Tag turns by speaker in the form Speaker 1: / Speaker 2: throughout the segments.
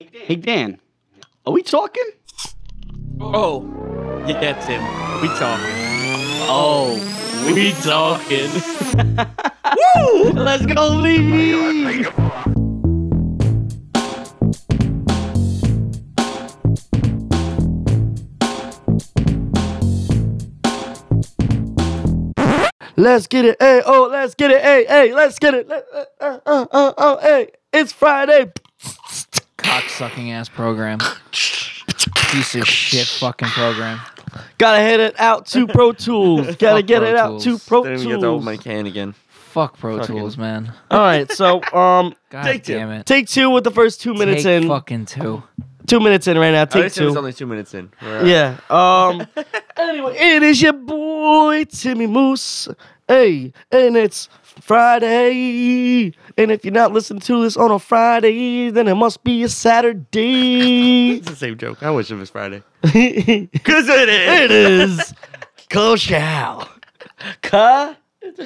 Speaker 1: Hey Dan, are we talking?
Speaker 2: Oh, yeah, that's him. We talking.
Speaker 1: Oh,
Speaker 2: We talking.
Speaker 1: woo! Let's go, Levy. Let's get it, hey, oh, let's get it, hey, hey, let's get it, let- uh, uh, uh, uh, uh, hey, it's Friday.
Speaker 3: cock sucking ass program. Piece of shit fucking program.
Speaker 1: Gotta head it out to Pro Tools. Gotta
Speaker 3: Fuck
Speaker 1: get
Speaker 3: Pro
Speaker 1: it out to
Speaker 3: Tools.
Speaker 1: Pro
Speaker 4: Didn't
Speaker 1: Tools.
Speaker 4: even get the old McCann again.
Speaker 3: Fuck Pro
Speaker 4: Fucking-
Speaker 3: Tools, man.
Speaker 1: All right, so um,
Speaker 3: God
Speaker 4: Take two.
Speaker 3: damn it.
Speaker 1: take two with the first two minutes
Speaker 3: Take
Speaker 1: in.
Speaker 3: fucking two.
Speaker 1: Two minutes in right now.
Speaker 4: I
Speaker 1: Take
Speaker 4: guess it was
Speaker 1: two.
Speaker 4: only two minutes in. We're uh, out.
Speaker 1: Yeah. Um. anyway, it is your boy Timmy Moose. Hey, and it's Friday. And if you're not listening to this on a Friday, then it must be a Saturday.
Speaker 4: It's the same joke. I wish it was Friday.
Speaker 1: it
Speaker 4: Cause it is.
Speaker 1: is. Go chow. Ka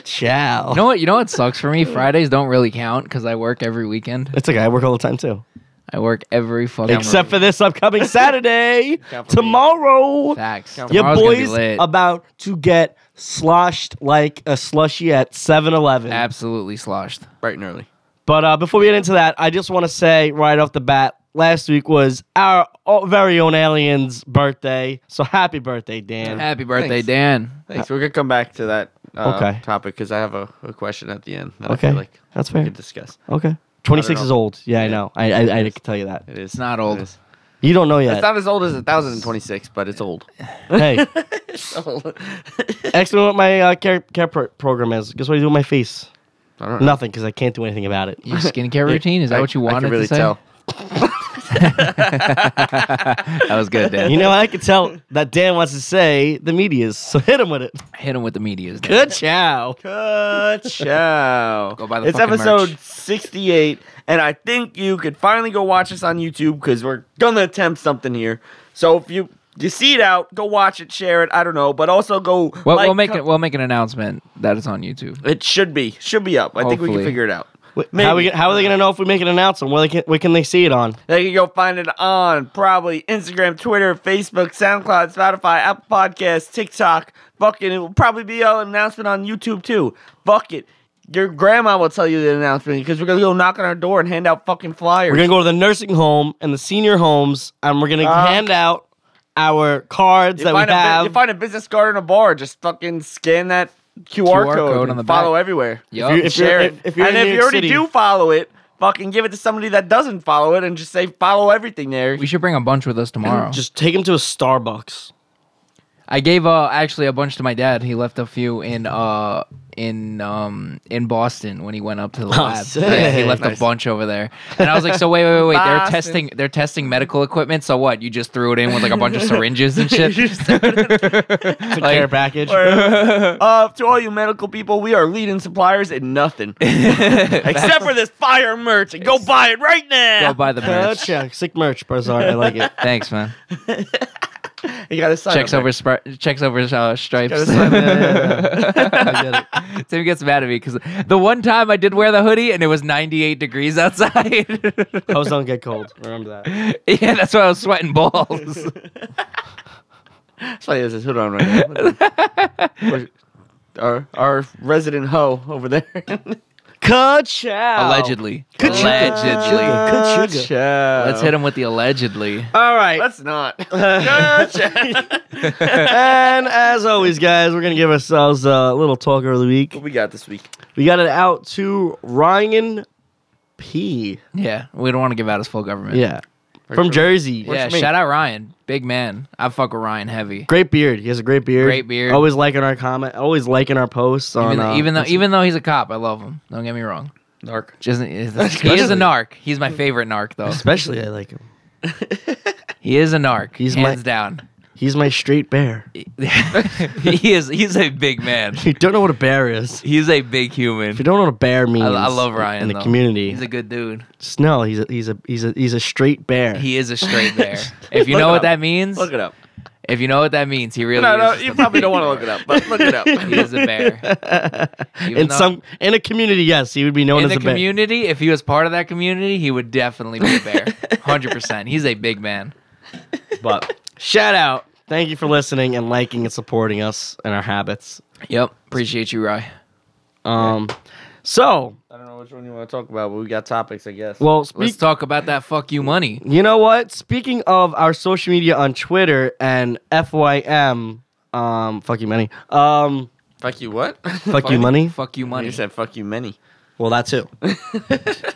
Speaker 1: chow.
Speaker 3: You know what? You know what sucks for me? Fridays don't really count because I work every weekend.
Speaker 1: It's okay. I work all the time too.
Speaker 3: I work every fucking
Speaker 1: Except for this upcoming Saturday,
Speaker 4: Count for me.
Speaker 1: tomorrow.
Speaker 3: facts.
Speaker 4: Your
Speaker 1: Your
Speaker 3: Tomorrow's gonna be
Speaker 1: boy's
Speaker 3: lit.
Speaker 1: about to get sloshed like a slushy at 7 Eleven.
Speaker 3: Absolutely sloshed.
Speaker 4: Bright and early.
Speaker 1: But uh, before we get into that, I just want to say right off the bat last week was our o- very own alien's birthday. So happy birthday, Dan.
Speaker 3: Happy birthday,
Speaker 4: Thanks.
Speaker 3: Dan.
Speaker 4: Thanks. We're gonna come back to that uh,
Speaker 1: Okay.
Speaker 4: topic because I have a, a question at the end that
Speaker 1: Okay.
Speaker 4: I feel like
Speaker 1: That's
Speaker 4: we
Speaker 1: fair.
Speaker 4: could discuss.
Speaker 1: Okay. 26 is
Speaker 4: know.
Speaker 1: old. Yeah, I
Speaker 4: Yeah.
Speaker 1: know. I, I, I can tell you that.
Speaker 4: It is.
Speaker 3: It's not
Speaker 4: It
Speaker 3: old.
Speaker 4: is.
Speaker 1: You don't know
Speaker 4: It's
Speaker 1: yet.
Speaker 4: not as old as 1026, but it's old.
Speaker 1: hey,
Speaker 4: It's old.
Speaker 1: ask me what my uh, care, care pro- program is. Guess what I do with my face?
Speaker 4: I don't know.
Speaker 1: Nothing, because I can't do anything about it.
Speaker 3: Your skincare routine? Is that
Speaker 4: I-
Speaker 3: what you
Speaker 4: I
Speaker 3: wanted
Speaker 4: can really
Speaker 3: to say?
Speaker 4: tell.
Speaker 3: that was good, Dan.
Speaker 1: You know, I can tell that Dan wants to say the media's, so hit him with it.
Speaker 3: Hit him with the medias. Dan.
Speaker 1: Good chow.
Speaker 4: Ka-chow.
Speaker 3: Go buy the
Speaker 4: It's
Speaker 3: fucking
Speaker 4: episode
Speaker 3: merch.
Speaker 4: 68, and I think you could finally go watch this on YouTube because we're gonna attempt something here. So if you you see it out, go watch it, share it. I don't know, but also go.
Speaker 3: Well,
Speaker 4: like,
Speaker 3: we'll make
Speaker 4: com-
Speaker 3: it. We'll make an announcement that it's on YouTube.
Speaker 4: It should be should be up. I think we can
Speaker 3: Hopefully.
Speaker 4: figure it out.
Speaker 1: How, we,
Speaker 4: Maybe.
Speaker 1: how are they going to know if we make an announcement? Where, they can, where can they see it on?
Speaker 4: They can go find it on probably Instagram, Twitter, Facebook, SoundCloud, Spotify, Apple Podcasts, TikTok. Fuck it. It will probably be an announcement on YouTube too. Fuck it. Your grandma will tell you the announcement because we're gonna go knock on our door and hand out fucking flyers.
Speaker 1: We're going to go to the nursing home and the senior homes, and we're going to
Speaker 4: Uh,
Speaker 1: hand out our cards
Speaker 4: You
Speaker 1: that we
Speaker 4: find a bu-
Speaker 1: have.
Speaker 4: you find a business card in a bar, just fucking scan that QR,
Speaker 3: QR
Speaker 4: code,
Speaker 3: code
Speaker 4: and
Speaker 3: on the
Speaker 4: follow
Speaker 3: back.
Speaker 4: everywhere.
Speaker 3: Yup.
Speaker 1: you- if
Speaker 4: Share
Speaker 1: if-
Speaker 4: it.
Speaker 1: if you're
Speaker 4: and
Speaker 1: in
Speaker 4: if
Speaker 1: New
Speaker 4: you
Speaker 1: York
Speaker 4: already
Speaker 1: City-
Speaker 4: do follow it, fucking give it to somebody that doesn't follow it and just say follow everything there.
Speaker 3: We should bring a bunch with us tomorrow.
Speaker 1: Just take them to a Starbucks.
Speaker 3: I gave uh, actually a bunch to my dad. He left a few in uh in um in Boston when he went up to the lab.
Speaker 1: sick.
Speaker 3: Yeah, he left
Speaker 4: Oh, Nice.
Speaker 3: a bunch over there, and I was like, "So wait, wait, wait, wait! They're
Speaker 4: Boston.
Speaker 3: testing they're testing medical equipment. So what? You just threw it in with like a bunch of syringes and shit."
Speaker 1: It's a
Speaker 3: Like-
Speaker 1: care package.
Speaker 4: uh, to all you medical people, we are leading suppliers in nothing except for this fire merch. And go buy it right now.
Speaker 3: Go buy the merch.
Speaker 1: Gotcha. Sick merch, Barzar. I like it.
Speaker 3: Thanks, man.
Speaker 4: You gotta sign
Speaker 3: Checks
Speaker 4: up
Speaker 3: over spri- checks over uh, stripes.
Speaker 4: Gotta sign
Speaker 3: Tim gets mad at me because the one time I did wear the hoodie and it was 98 degrees outside.
Speaker 1: Those don't get cold. Remember that.
Speaker 3: yeah, that's why I was sweating
Speaker 1: Oh.
Speaker 3: balls.
Speaker 4: That's why he has his hood on right now. Where's- our our resident hoe over there.
Speaker 1: Ka-chow.
Speaker 3: Allegedly.
Speaker 1: Ka-chugga.
Speaker 3: Allegedly.
Speaker 1: Ka-chugga.
Speaker 3: Let's hit him with the allegedly.
Speaker 1: All right.
Speaker 4: Let's not. Gotcha.
Speaker 1: and as always, guys, we're going to give ourselves a little talker of the week.
Speaker 4: what we got this week?
Speaker 1: We got it out to Ryan P.
Speaker 3: Yeah, we don't want to give out his full government.
Speaker 1: Yeah. From Jersey.
Speaker 3: Yeah, shout out Ryan. Big man. I fuck with Ryan heavy.
Speaker 1: Great beard. He has a great beard.
Speaker 3: Great beard.
Speaker 1: Always liking our comment. Always liking our posts on
Speaker 3: Even,
Speaker 1: uh,
Speaker 3: even though even though he's a cop, I love him. Don't get me wrong.
Speaker 4: Narc.
Speaker 3: Just, he is a narc. He's my favorite narc though.
Speaker 1: especially I like him.
Speaker 3: He is a narc.
Speaker 1: He's
Speaker 3: He's
Speaker 1: my-
Speaker 3: hands down.
Speaker 1: He's my straight bear.
Speaker 3: he is he's a big man.
Speaker 1: If you don't know what a bear is,
Speaker 3: He's a big
Speaker 1: if you
Speaker 3: human.
Speaker 1: don't know what a bear means,
Speaker 3: I, I love Ryan
Speaker 1: in the
Speaker 3: though.
Speaker 1: community.
Speaker 3: He's a good dude.
Speaker 1: just know he's a he's a he's a he's a straight bear.
Speaker 3: He is a straight bear. if you
Speaker 4: Look
Speaker 3: know
Speaker 4: it
Speaker 3: what
Speaker 4: up.
Speaker 3: that means,
Speaker 4: Look it up.
Speaker 3: If you know what that means, he really
Speaker 4: No,
Speaker 3: is
Speaker 4: no,
Speaker 3: just
Speaker 4: you
Speaker 3: a
Speaker 4: probably don't want to
Speaker 3: fucking
Speaker 4: look it up, but look it up.
Speaker 3: bear. He is a bear. Even
Speaker 1: in
Speaker 3: though-
Speaker 1: some in a community, yes, he would be known
Speaker 3: in
Speaker 1: as
Speaker 3: the
Speaker 1: a bear.
Speaker 3: community, if he was part of that community, he would definitely be a bear. 100%. He's a big man.
Speaker 1: But shout out. Thank you for listening and liking and supporting us and our habits.
Speaker 3: Yep. Appreciate you, Rye.
Speaker 1: Um, so
Speaker 4: I don't know which one you want to talk about, but we got topics, I guess.
Speaker 1: well, speak,
Speaker 3: Let's talk about that fuck you money.
Speaker 1: you know what? Speaking of our social media on Twitter and FYM, um, fuck you money, um,
Speaker 4: fuck you, what?
Speaker 1: fuck you money.
Speaker 3: Fuck
Speaker 4: You
Speaker 3: you money.
Speaker 4: said fuck you, many.
Speaker 1: Well, that too.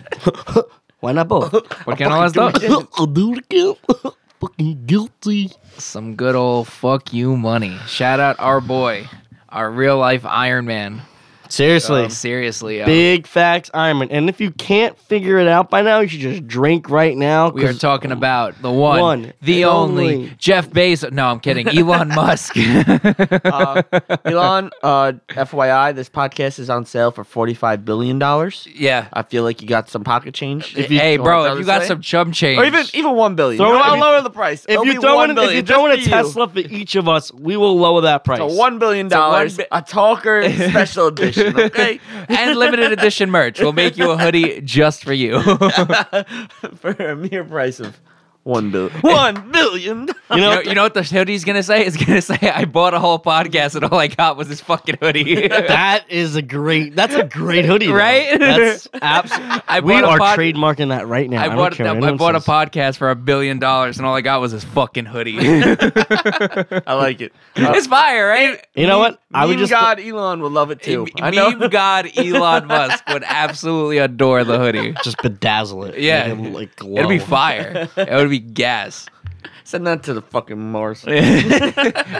Speaker 1: Why not both?
Speaker 3: What can all that stuff?
Speaker 1: I'll do it again. Fucking guilty.
Speaker 3: Some good old fuck you money. Shout out our boy, our real life Iron Man. Um,
Speaker 1: Seriously.
Speaker 3: Seriously, yo.
Speaker 1: Big facts, Iron Man. And if you can't figure it out by now, you should just drink right now.
Speaker 3: we are
Speaker 1: 'cause-
Speaker 3: talking about the one,
Speaker 1: One
Speaker 3: the
Speaker 1: and
Speaker 3: only,
Speaker 1: only.
Speaker 3: Jeff Bezos. No, I'm kidding. Elon Musk.
Speaker 4: Uh, Elon, uh, FYI, this podcast is on sale for $45 billion. I
Speaker 3: yeah.
Speaker 4: feel like you got some pocket change.
Speaker 1: you-
Speaker 3: hey,
Speaker 4: What
Speaker 3: bro,
Speaker 4: I
Speaker 3: if you
Speaker 4: was
Speaker 3: got
Speaker 4: saying?
Speaker 3: some chum change.
Speaker 4: Or even e- even $1 billion.
Speaker 1: Throw
Speaker 4: you know,
Speaker 1: it-
Speaker 4: I'll lower the price.
Speaker 1: if
Speaker 4: It'll
Speaker 1: you
Speaker 4: be
Speaker 1: throw
Speaker 4: $1
Speaker 1: in, if
Speaker 4: billion,
Speaker 1: you throw in
Speaker 4: just
Speaker 1: a
Speaker 4: for you.
Speaker 1: Tesla for each of us, we will lower that price.
Speaker 4: So $1 billion,
Speaker 3: So one
Speaker 4: dollars,
Speaker 3: bi-
Speaker 4: a talker special edition, okay?
Speaker 3: and limited edition merch. We'll make you a hoodie just for you.
Speaker 4: for a mere price of $1 billion. $1 billion.
Speaker 1: You
Speaker 3: You
Speaker 1: know,
Speaker 3: know, you know what the hoodie's gonna say? It's gonna say, "I bought a whole podcast and all I got was this fucking hoodie."
Speaker 1: that is a great. That's a great hoodie, though.
Speaker 3: Right?
Speaker 1: That's absolutely.
Speaker 3: I
Speaker 1: We
Speaker 3: bought a
Speaker 1: are
Speaker 3: pod-
Speaker 1: trademarking that right now. I,
Speaker 3: I
Speaker 1: don't
Speaker 3: bought
Speaker 1: care what
Speaker 3: that, I
Speaker 1: anyone
Speaker 3: bought a
Speaker 1: says.
Speaker 3: podcast for a billion dollars and all I got was this fucking hoodie. it's
Speaker 4: I like it. Uh,
Speaker 3: fire, right?
Speaker 1: You know what? I would
Speaker 4: meme
Speaker 1: just.
Speaker 4: God Elon would love it too. I know.
Speaker 3: Meme god Elon Musk would absolutely adore the hoodie.
Speaker 1: Just bedazzle it.
Speaker 3: Yeah.
Speaker 1: Make it, like, glow.
Speaker 3: It'd be fire. It would be gas.
Speaker 4: Send that to the fucking Mars.
Speaker 3: And you
Speaker 1: That's,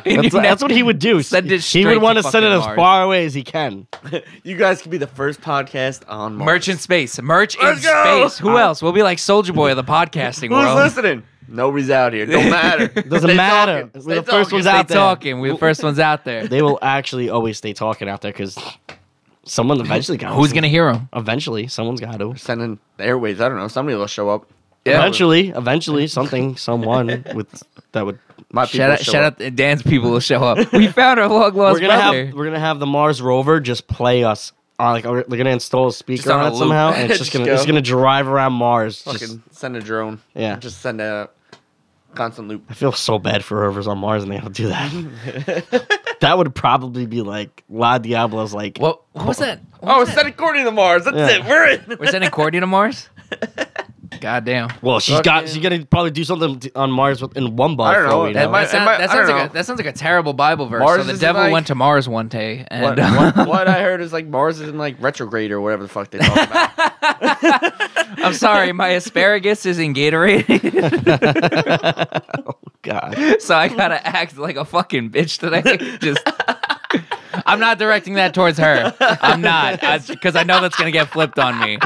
Speaker 1: that's
Speaker 3: never-
Speaker 1: what he would do.
Speaker 3: Send it
Speaker 1: he
Speaker 3: straight
Speaker 1: would
Speaker 3: to
Speaker 1: want to send it
Speaker 3: fucking
Speaker 1: as
Speaker 3: Mars.
Speaker 1: far away as he can.
Speaker 4: you guys could be the first podcast on Mars.
Speaker 3: Merch in space. Merch in
Speaker 4: Let's go!
Speaker 3: space. Who else? We'll be like Soldier Boy of the podcasting
Speaker 4: Who's
Speaker 3: world.
Speaker 4: listening? Nobody's out here. Don't matter.
Speaker 1: Doesn't
Speaker 4: Stay
Speaker 1: matter.
Speaker 4: talking.
Speaker 1: We're the
Speaker 4: Stay
Speaker 1: first
Speaker 4: talking.
Speaker 1: ones
Speaker 3: Stay
Speaker 1: out there.
Speaker 3: talking. We're the first ones out there.
Speaker 1: They will actually always stay talking out there because someone eventually got.
Speaker 3: Who's gonna hear him?
Speaker 1: Eventually, someone's got to.
Speaker 4: Sending the airways. I don't know. Somebody will show up.
Speaker 1: Eventually, eventually, something, someone with that would.
Speaker 4: My people
Speaker 3: Shout out,
Speaker 4: show
Speaker 3: shout
Speaker 4: up.
Speaker 3: out, Dan's people will show up. We found our long lost
Speaker 1: We're gonna
Speaker 3: brother.
Speaker 1: have we're gonna have the Mars rover just play us. On, like we're- they're gonna install a speaker
Speaker 3: on
Speaker 1: on,
Speaker 3: a
Speaker 1: it
Speaker 3: loop.
Speaker 1: somehow, and it's
Speaker 4: Just
Speaker 1: just gonna
Speaker 4: go.
Speaker 1: it's gonna drive around Mars. Just-
Speaker 4: Fucking send a drone.
Speaker 1: Yeah.
Speaker 4: Just send a constant loop.
Speaker 1: I feel so bad for whoever's on Mars and they don't do that. that would probably be like La Diablo's like
Speaker 3: what, what was that? What
Speaker 4: Oh,
Speaker 3: was that?
Speaker 4: send a Courtney to Mars. That's
Speaker 1: Yeah.
Speaker 4: it. We're in.
Speaker 3: We're sending Courtney to Mars? God damn.
Speaker 1: Well, she's got.
Speaker 4: Fucking-
Speaker 1: She's gonna probably do something t- on Mars with, in one ball.
Speaker 4: I don't
Speaker 1: for all
Speaker 4: know.
Speaker 1: we
Speaker 4: That
Speaker 1: know.
Speaker 4: might-
Speaker 3: That, sound-
Speaker 4: I-
Speaker 3: that
Speaker 4: I
Speaker 3: sounds
Speaker 4: don't
Speaker 3: like a,
Speaker 4: know.
Speaker 3: that sounds like a terrible Bible verse.
Speaker 4: Mars
Speaker 3: so the
Speaker 4: is
Speaker 3: devil
Speaker 4: like-
Speaker 3: went to Mars one day, and uh,
Speaker 4: What,
Speaker 1: uh,
Speaker 4: what, what I heard is like Mars is in like retrograde or whatever the fuck they talk about.
Speaker 3: I'm sorry, my asparagus is in Gatorade,
Speaker 1: God.
Speaker 3: so I gotta act like a fucking bitch today. Just, I'm not directing that towards her. I'm not, because I know that's gonna get flipped on me.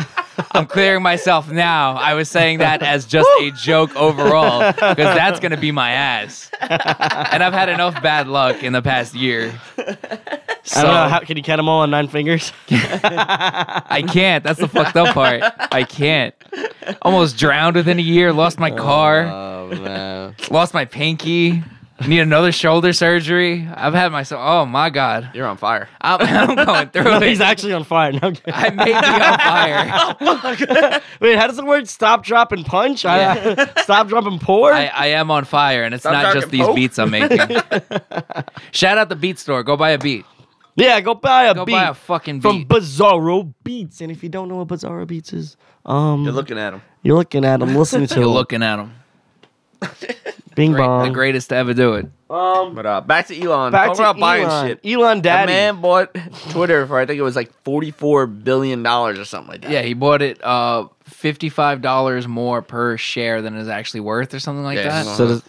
Speaker 3: I'm clearing myself now. I was saying that as just a joke overall, because that's gonna be my ass. And I've had enough bad luck in the past year.
Speaker 1: I don't know.
Speaker 3: So-
Speaker 1: How, can you count them all on nine fingers?
Speaker 3: I can't. That's the fucked up part. I can't. Almost drowned within a year. Lost my car.
Speaker 4: Oh man.
Speaker 3: Lost my pinky. Need another shoulder surgery. I've had myself. Oh my god.
Speaker 4: You're on fire.
Speaker 3: I'm, I'm going through
Speaker 1: no,
Speaker 3: it.
Speaker 1: he's Oh actually on fire. No, I'm kidding.
Speaker 3: I may be on fire.
Speaker 1: Wait, how does the word stop, drop, and punch? I-
Speaker 3: Yeah.
Speaker 1: stop, drop, and pour?
Speaker 3: I, I am on fire, and it's
Speaker 4: Stop
Speaker 3: not just
Speaker 4: talking
Speaker 3: these
Speaker 4: poke.
Speaker 3: beats I'm making. Shout out the beat store. Go buy a beat.
Speaker 1: yeah, go buy a
Speaker 3: Go
Speaker 1: beat
Speaker 3: buy a fucking
Speaker 1: from
Speaker 3: beat.
Speaker 1: Bizarro Beats. And if you don't know what Bizarro Beats is, um,
Speaker 4: You're looking at him.
Speaker 1: you're looking at them, listening to
Speaker 3: You're
Speaker 1: them.
Speaker 3: looking at them.
Speaker 1: Bing
Speaker 3: the
Speaker 1: bong.
Speaker 3: greatest to ever do it.
Speaker 1: um,
Speaker 4: But uh, back to Elon.
Speaker 1: back
Speaker 4: Talk
Speaker 1: to
Speaker 4: about
Speaker 1: Elon.
Speaker 4: buying shit.
Speaker 1: Elon
Speaker 4: That
Speaker 1: Daddy.
Speaker 4: man bought Twitter for I think it was like forty-four billion dollars or something like that.
Speaker 3: Yeah, he bought it uh, fifty-five dollars more per share than it's actually worth, or something like
Speaker 4: Yeah,
Speaker 3: that.
Speaker 4: he's
Speaker 1: So does,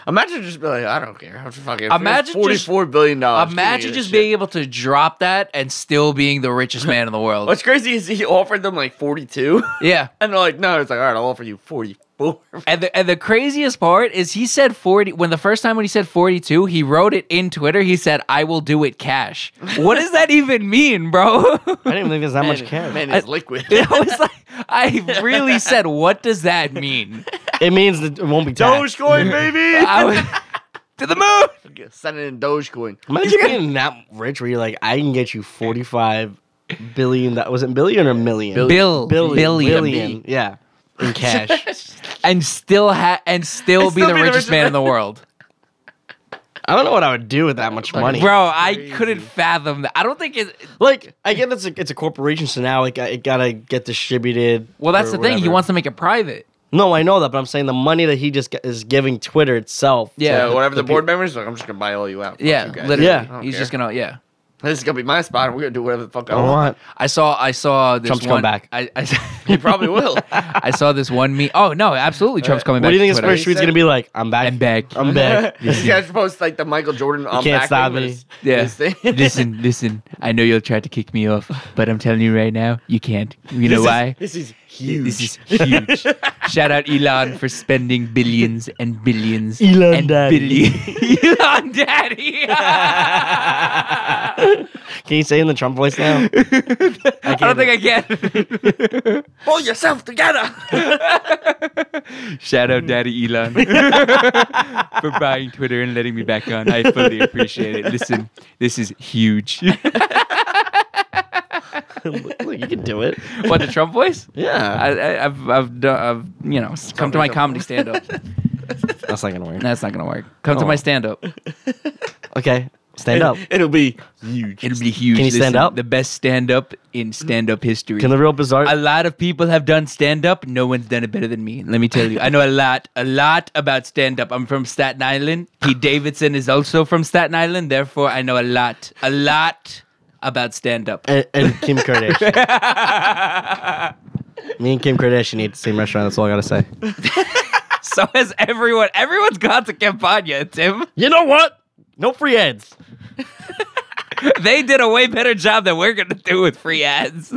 Speaker 4: Imagine just be like, I don't care. I'm just fucking.
Speaker 3: Imagine just-
Speaker 4: forty-four billion dollars.
Speaker 3: Imagine just being able to drop that and still being the richest man in the world.
Speaker 4: What's crazy is he offered them like forty-two,
Speaker 3: yeah.
Speaker 4: and they're like, no. It's like, all right, I'll offer you forty-four.
Speaker 3: And the, and the craziest part is he said 40 when the first time when he said 42 he wrote it in Twitter he said I will do it cash. What does that even mean, bro?
Speaker 1: I didn't think there's that much
Speaker 4: Man,
Speaker 1: cash.
Speaker 4: Man, it's liquid.
Speaker 3: I was like I really said what does that mean?
Speaker 1: It means that it won't be taxed.
Speaker 4: Dogecoin, baby.
Speaker 3: I was to the moon.
Speaker 4: Send it in Dogecoin.
Speaker 1: Imagine being that rich where you're like, I can get you 45 billion. That was it billion or million?
Speaker 3: Bill,
Speaker 1: Billion.
Speaker 3: billion.
Speaker 1: billion, Yeah. In cash.
Speaker 3: and still ha- and still be the richest man in the world.
Speaker 1: I don't know what I would do with that much money.
Speaker 3: Bro, I couldn't fathom that. I don't think it.
Speaker 1: Like, I get it's a, it's a corporation, so now like, it gotta get distributed.
Speaker 3: Well, that's
Speaker 1: or
Speaker 3: the thing. He
Speaker 1: whatever.
Speaker 3: wants to make it private.
Speaker 1: No, I know that, but I'm saying the money that he just g- is giving Twitter itself. to
Speaker 3: Yeah,
Speaker 4: Yeah, whatever the,
Speaker 1: peop-
Speaker 4: board members like, I'm just gonna buy all you out. Fuck
Speaker 3: Yeah,
Speaker 4: you guys.
Speaker 3: literally.
Speaker 1: Yeah. I
Speaker 4: don't
Speaker 3: He's just
Speaker 4: care.
Speaker 3: gonna. Yeah.
Speaker 4: This is gonna be my spot. and We're gonna do whatever the fuck I,
Speaker 1: I
Speaker 4: want.
Speaker 1: want.
Speaker 3: I saw. I saw this
Speaker 1: Trump's coming
Speaker 3: one.
Speaker 1: back.
Speaker 3: I, I,
Speaker 4: You probably will.
Speaker 3: I saw this one meme. Oh no, absolutely. Trump's coming back.
Speaker 1: What do you
Speaker 3: to
Speaker 1: think his
Speaker 3: Twitter.
Speaker 1: first tweet's gonna be like? I'm back.
Speaker 3: I'm back.
Speaker 1: I'm back.
Speaker 4: this guy's supposed to like the Michael Jordan. um, You
Speaker 1: can't stop me.
Speaker 3: Yeah. listen, listen. I know you'll try to kick me off, but I'm telling you right now, you can't. You know why?
Speaker 4: This is huge.
Speaker 3: This is huge. Shout out Elon for spending billions and billions
Speaker 1: Elon
Speaker 3: and
Speaker 1: Daddy.
Speaker 3: billions. Elon Daddy. I
Speaker 1: Can you say it in the Trump voice now?
Speaker 3: don't think I can.
Speaker 4: Pull yourself together.
Speaker 3: Shout
Speaker 1: Mm.
Speaker 3: out Daddy Elon for buying Twitter and letting me back on. I fully appreciate it. Listen, this is huge.
Speaker 1: Look, you can do it.
Speaker 3: what the Trump voice?
Speaker 1: Yeah,
Speaker 3: I, I, I've, I've, done, I've, you know, come to my
Speaker 4: yourself.
Speaker 3: comedy stand up.
Speaker 1: that's not gonna work.
Speaker 3: That's not gonna work. Come to
Speaker 1: Oh.
Speaker 3: my stand up.
Speaker 1: Okay, stand up.
Speaker 4: It'll be huge.
Speaker 3: It'll be huge.
Speaker 1: Can you stand up?
Speaker 3: The best stand up in stand up history.
Speaker 1: Can the real bizarre?
Speaker 3: a lot of people have done stand up. No one's done it better than me. Let me tell you. I know a lot, a lot about stand up. I'm from Staten Island. Pete Davidson is also from Staten Island. Therefore, I know a lot, a lot about stand up.
Speaker 1: and, and Kim Kardashian. Me and Kim Kardashian eat at the same restaurant. That's all I gotta say.
Speaker 3: So has everyone. Everyone's gone to Campania, Tim.
Speaker 1: You know what? No free ads.
Speaker 3: They did a way better job than we're going to do with free ads.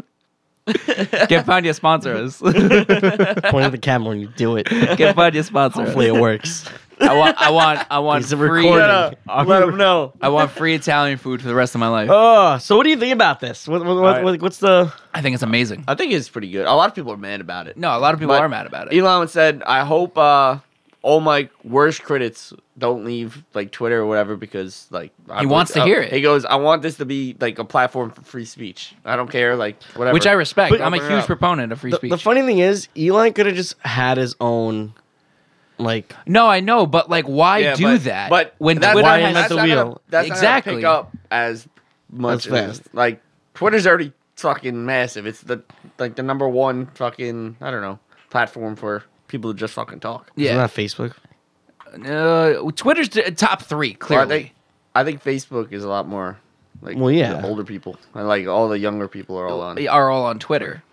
Speaker 3: Campania sponsor us.
Speaker 1: Point at the camera and you do it.
Speaker 3: Campania sponsor us.
Speaker 1: Hopefully it works.
Speaker 3: I want, I want, I want
Speaker 1: He's a
Speaker 3: free.
Speaker 1: recording.
Speaker 4: Shut up. Let him know.
Speaker 3: I want free Italian food for the rest of my life.
Speaker 1: Oh, so what do you think about this? What, what, what,
Speaker 4: right.
Speaker 1: What's the?
Speaker 3: I think it's amazing.
Speaker 4: I think it's pretty good. A lot of people are mad about it.
Speaker 3: No, a lot of people
Speaker 4: But
Speaker 3: are mad about it.
Speaker 4: Elon said, "I hope uh, all my worst critics don't leave like Twitter or whatever because like I
Speaker 3: He wants
Speaker 4: would-
Speaker 3: to
Speaker 4: uh,
Speaker 3: hear it.
Speaker 4: He goes, "I want this to be like a platform for free speech. I don't care, like whatever."
Speaker 3: Which I respect.
Speaker 1: But-
Speaker 3: I'm a
Speaker 4: Open it
Speaker 3: huge
Speaker 4: up.
Speaker 3: proponent of free
Speaker 1: The,
Speaker 3: speech.
Speaker 1: the funny thing is, Elon could have just had his own, like,
Speaker 3: no, I know, but like, why
Speaker 4: Yeah,
Speaker 3: do
Speaker 4: but-
Speaker 3: that?
Speaker 4: But
Speaker 3: when
Speaker 4: that's
Speaker 3: Twitter
Speaker 1: why
Speaker 3: has,
Speaker 1: invent
Speaker 4: that's
Speaker 1: the
Speaker 4: not gonna-
Speaker 1: wheel.
Speaker 4: that's
Speaker 3: Exactly.
Speaker 4: not gonna pick up as much
Speaker 1: As fast.
Speaker 4: as like Twitter's already fucking massive. It's the like the number one fucking I don't know platform for people to just fucking talk.
Speaker 3: yeah,
Speaker 1: isn't that Facebook?
Speaker 3: uh, Twitter's t- top three
Speaker 4: Well,
Speaker 3: clearly.
Speaker 4: I think I think Facebook is a lot more like
Speaker 1: Well, yeah.
Speaker 4: the older people and like all the younger people are all on.
Speaker 3: They are all on Twitter.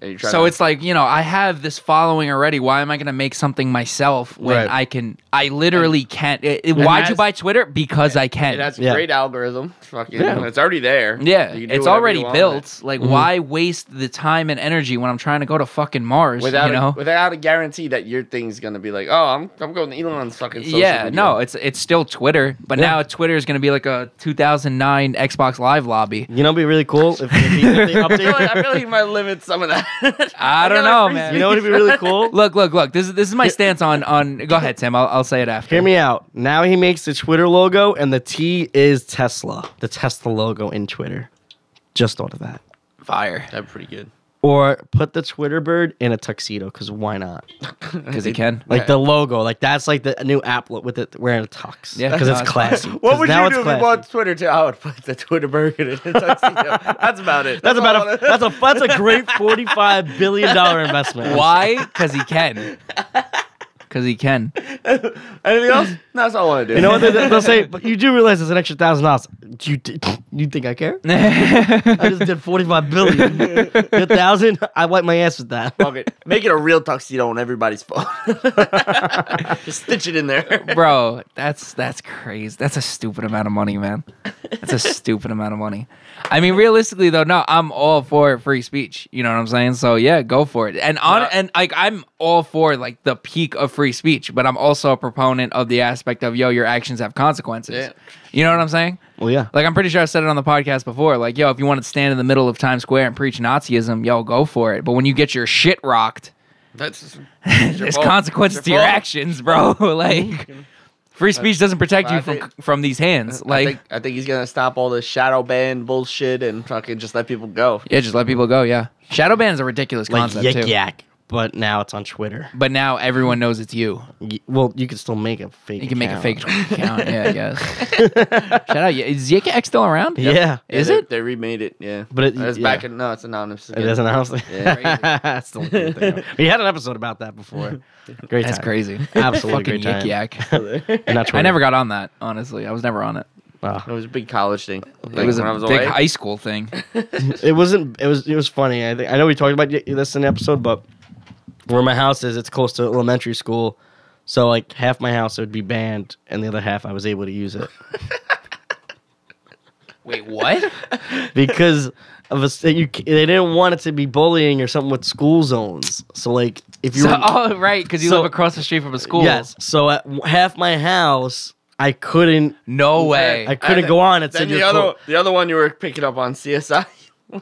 Speaker 4: And you try
Speaker 3: So
Speaker 4: to-
Speaker 3: it's like you know, I have this following already. Why am I going to make something myself when
Speaker 1: Right.
Speaker 3: I can? I literally can't. it- it- why'd you
Speaker 4: has-
Speaker 3: buy Twitter? Because I can.
Speaker 4: it has a
Speaker 1: Yeah.
Speaker 4: great algorithm. It's Fucking,
Speaker 1: Yeah.
Speaker 4: it's already there.
Speaker 3: Yeah,
Speaker 4: You can do
Speaker 3: it's
Speaker 4: whatever
Speaker 3: already
Speaker 4: you want
Speaker 3: built.
Speaker 4: with Mm-hmm.
Speaker 3: Like, why waste the time and energy when I'm trying to go to fucking Mars?
Speaker 4: it. without
Speaker 3: you
Speaker 4: a,
Speaker 3: know?
Speaker 4: without a guarantee that your thing's gonna be like, oh, I'm I'm going to Elon's fucking. Social
Speaker 3: yeah,
Speaker 4: media.
Speaker 3: no, it's it's still Twitter, but
Speaker 1: Yeah.
Speaker 3: now Twitter is going to be like a 2009 Xbox Live lobby.
Speaker 1: You know, it'd be really cool if, if, he, if they
Speaker 4: I feel like,
Speaker 1: update.
Speaker 4: I feel like you might limit some of that.
Speaker 1: Ah,
Speaker 3: I don't
Speaker 4: gotta
Speaker 3: know,
Speaker 4: freeze
Speaker 3: man.
Speaker 1: you know, it'd be really cool.
Speaker 3: Look, look, look. This is this is my stance on on. Go ahead, Tim. I'll, I'll say it after.
Speaker 1: Hear me out. Now he makes the Twitter logo, and the T is Tesla. The Tesla logo in Twitter. Just thought of that.
Speaker 3: Fire,
Speaker 4: That'd be pretty good.
Speaker 1: Or put the Twitter bird in a tuxedo, because why not?
Speaker 3: because it can.
Speaker 1: Like the logo, like that's like the new app lo- with it wearing a tux.
Speaker 3: Yeah.
Speaker 1: because it's
Speaker 3: No, it's-
Speaker 1: classy.
Speaker 4: What
Speaker 1: 'Cause
Speaker 4: would
Speaker 1: now
Speaker 4: you
Speaker 1: it's
Speaker 4: do if you
Speaker 1: classy.
Speaker 4: bought Twitter too? I would put the Twitter burger in a tuxedo. That's about it.
Speaker 1: That's
Speaker 4: all I
Speaker 1: about
Speaker 4: wanna-
Speaker 1: a that's a that's a great forty five billion dollar investment.
Speaker 3: Why? Because he can. Because he can.
Speaker 4: Anything else? No, That's all I want to do.
Speaker 1: You know what they, they'll say? But you do realize it's an extra thousand dollars. Do you t- you think I care? I just did forty five billion. A thousand? I wipe my ass with that.
Speaker 4: Fuck it. Make it a real tuxedo on everybody's phone. Just stitch it in there.
Speaker 3: bro that's that's crazy that's a stupid amount of money man that's a stupid amount of money i mean realistically though no i'm all for free speech you know what i'm saying so yeah go for it and on
Speaker 4: Yeah.
Speaker 3: and like i'm all for like the peak of free speech but i'm also a proponent of the aspect of yo your actions have consequences
Speaker 4: Yeah.
Speaker 3: you know what i'm saying
Speaker 1: Well, yeah.
Speaker 3: like I'm pretty sure I said it on the podcast before. Like, yo, if you want to stand in the middle of Times Square and preach Nazism, yo, go for it. But when you get your shit rocked,
Speaker 4: That's
Speaker 3: there's consequences to your actions, bro. like, Free speech doesn't protect
Speaker 4: I
Speaker 3: you from
Speaker 4: think-
Speaker 3: from these hands. Like,
Speaker 4: I think, I think he's gonna stop all this shadow ban bullshit and fucking just let people go.
Speaker 3: yeah, just let people go. Yeah, shadow ban is a ridiculous concept
Speaker 1: like yik
Speaker 3: too.
Speaker 1: yak. But now it's on Twitter.
Speaker 3: But now everyone knows it's you.
Speaker 1: Y- Well, you can still make a fake.
Speaker 3: You can make a
Speaker 1: account.
Speaker 3: fake account. Yeah, I guess. Shout out. yeah, Is Yik still around?
Speaker 1: Yeah.
Speaker 4: Yeah,
Speaker 3: Is
Speaker 4: they,
Speaker 3: it?
Speaker 4: They remade it. Yeah,
Speaker 1: But it-
Speaker 4: it's
Speaker 1: yeah.
Speaker 4: back in. No, it's anonymous.
Speaker 1: It
Speaker 4: Again.
Speaker 1: doesn't honestly.
Speaker 4: Yeah.
Speaker 1: I still can't think of it. we had an episode about that before. Great.
Speaker 3: That's
Speaker 1: time.
Speaker 3: crazy.
Speaker 1: Absolutely
Speaker 3: Fucking
Speaker 1: great time.
Speaker 3: Yik Yak.
Speaker 1: And that's
Speaker 3: I never got on that. Honestly, I was never on it.
Speaker 4: It was a big college thing.
Speaker 3: It
Speaker 4: Like,
Speaker 3: was
Speaker 4: when I
Speaker 3: a
Speaker 4: was
Speaker 3: big
Speaker 4: away.
Speaker 3: high school thing.
Speaker 1: it wasn't. It was. It was funny. I think. I know we talked about y- this in the episode, but where my house is, it's close to elementary school, so like half my house would be banned, and the other half I was able to use it
Speaker 3: Wait, what?
Speaker 1: because of a st- you. c- They didn't want it to be bullying or something with school zones. So like if you
Speaker 3: So,
Speaker 1: were,
Speaker 3: oh, right, because you
Speaker 1: So-
Speaker 3: live across the street from a school.
Speaker 1: yes, so at w- half my house. I couldn't.
Speaker 3: No way.
Speaker 1: I couldn't go on. It
Speaker 4: Then
Speaker 1: said
Speaker 4: the
Speaker 1: you're
Speaker 4: other
Speaker 1: cool.
Speaker 4: the other one you were picking up on CSI.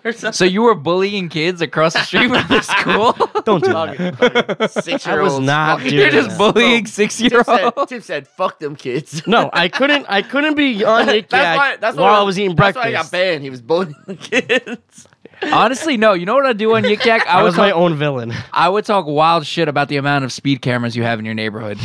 Speaker 4: or something.
Speaker 3: so you were bullying kids across the street from the school?
Speaker 1: Don't do that.
Speaker 4: Six
Speaker 1: I
Speaker 4: year
Speaker 1: was
Speaker 4: olds.
Speaker 1: not doing
Speaker 3: You're just
Speaker 1: that.
Speaker 3: bullying
Speaker 4: Bro,
Speaker 3: six year
Speaker 4: Tim said,
Speaker 3: olds.
Speaker 4: Tim said, "Fuck them kids."
Speaker 1: No, I couldn't. I couldn't be on Yik
Speaker 4: that's why.
Speaker 1: Yak
Speaker 4: That's why
Speaker 1: while I was eating
Speaker 4: that's
Speaker 1: breakfast.
Speaker 4: Why I got banned. He was bullying the kids.
Speaker 3: Honestly, no. You know what I do on Yik Yak?
Speaker 1: I
Speaker 3: I would
Speaker 1: was my
Speaker 3: talk,
Speaker 1: own villain.
Speaker 3: I would talk wild shit about the amount of speed cameras you have in your neighborhood.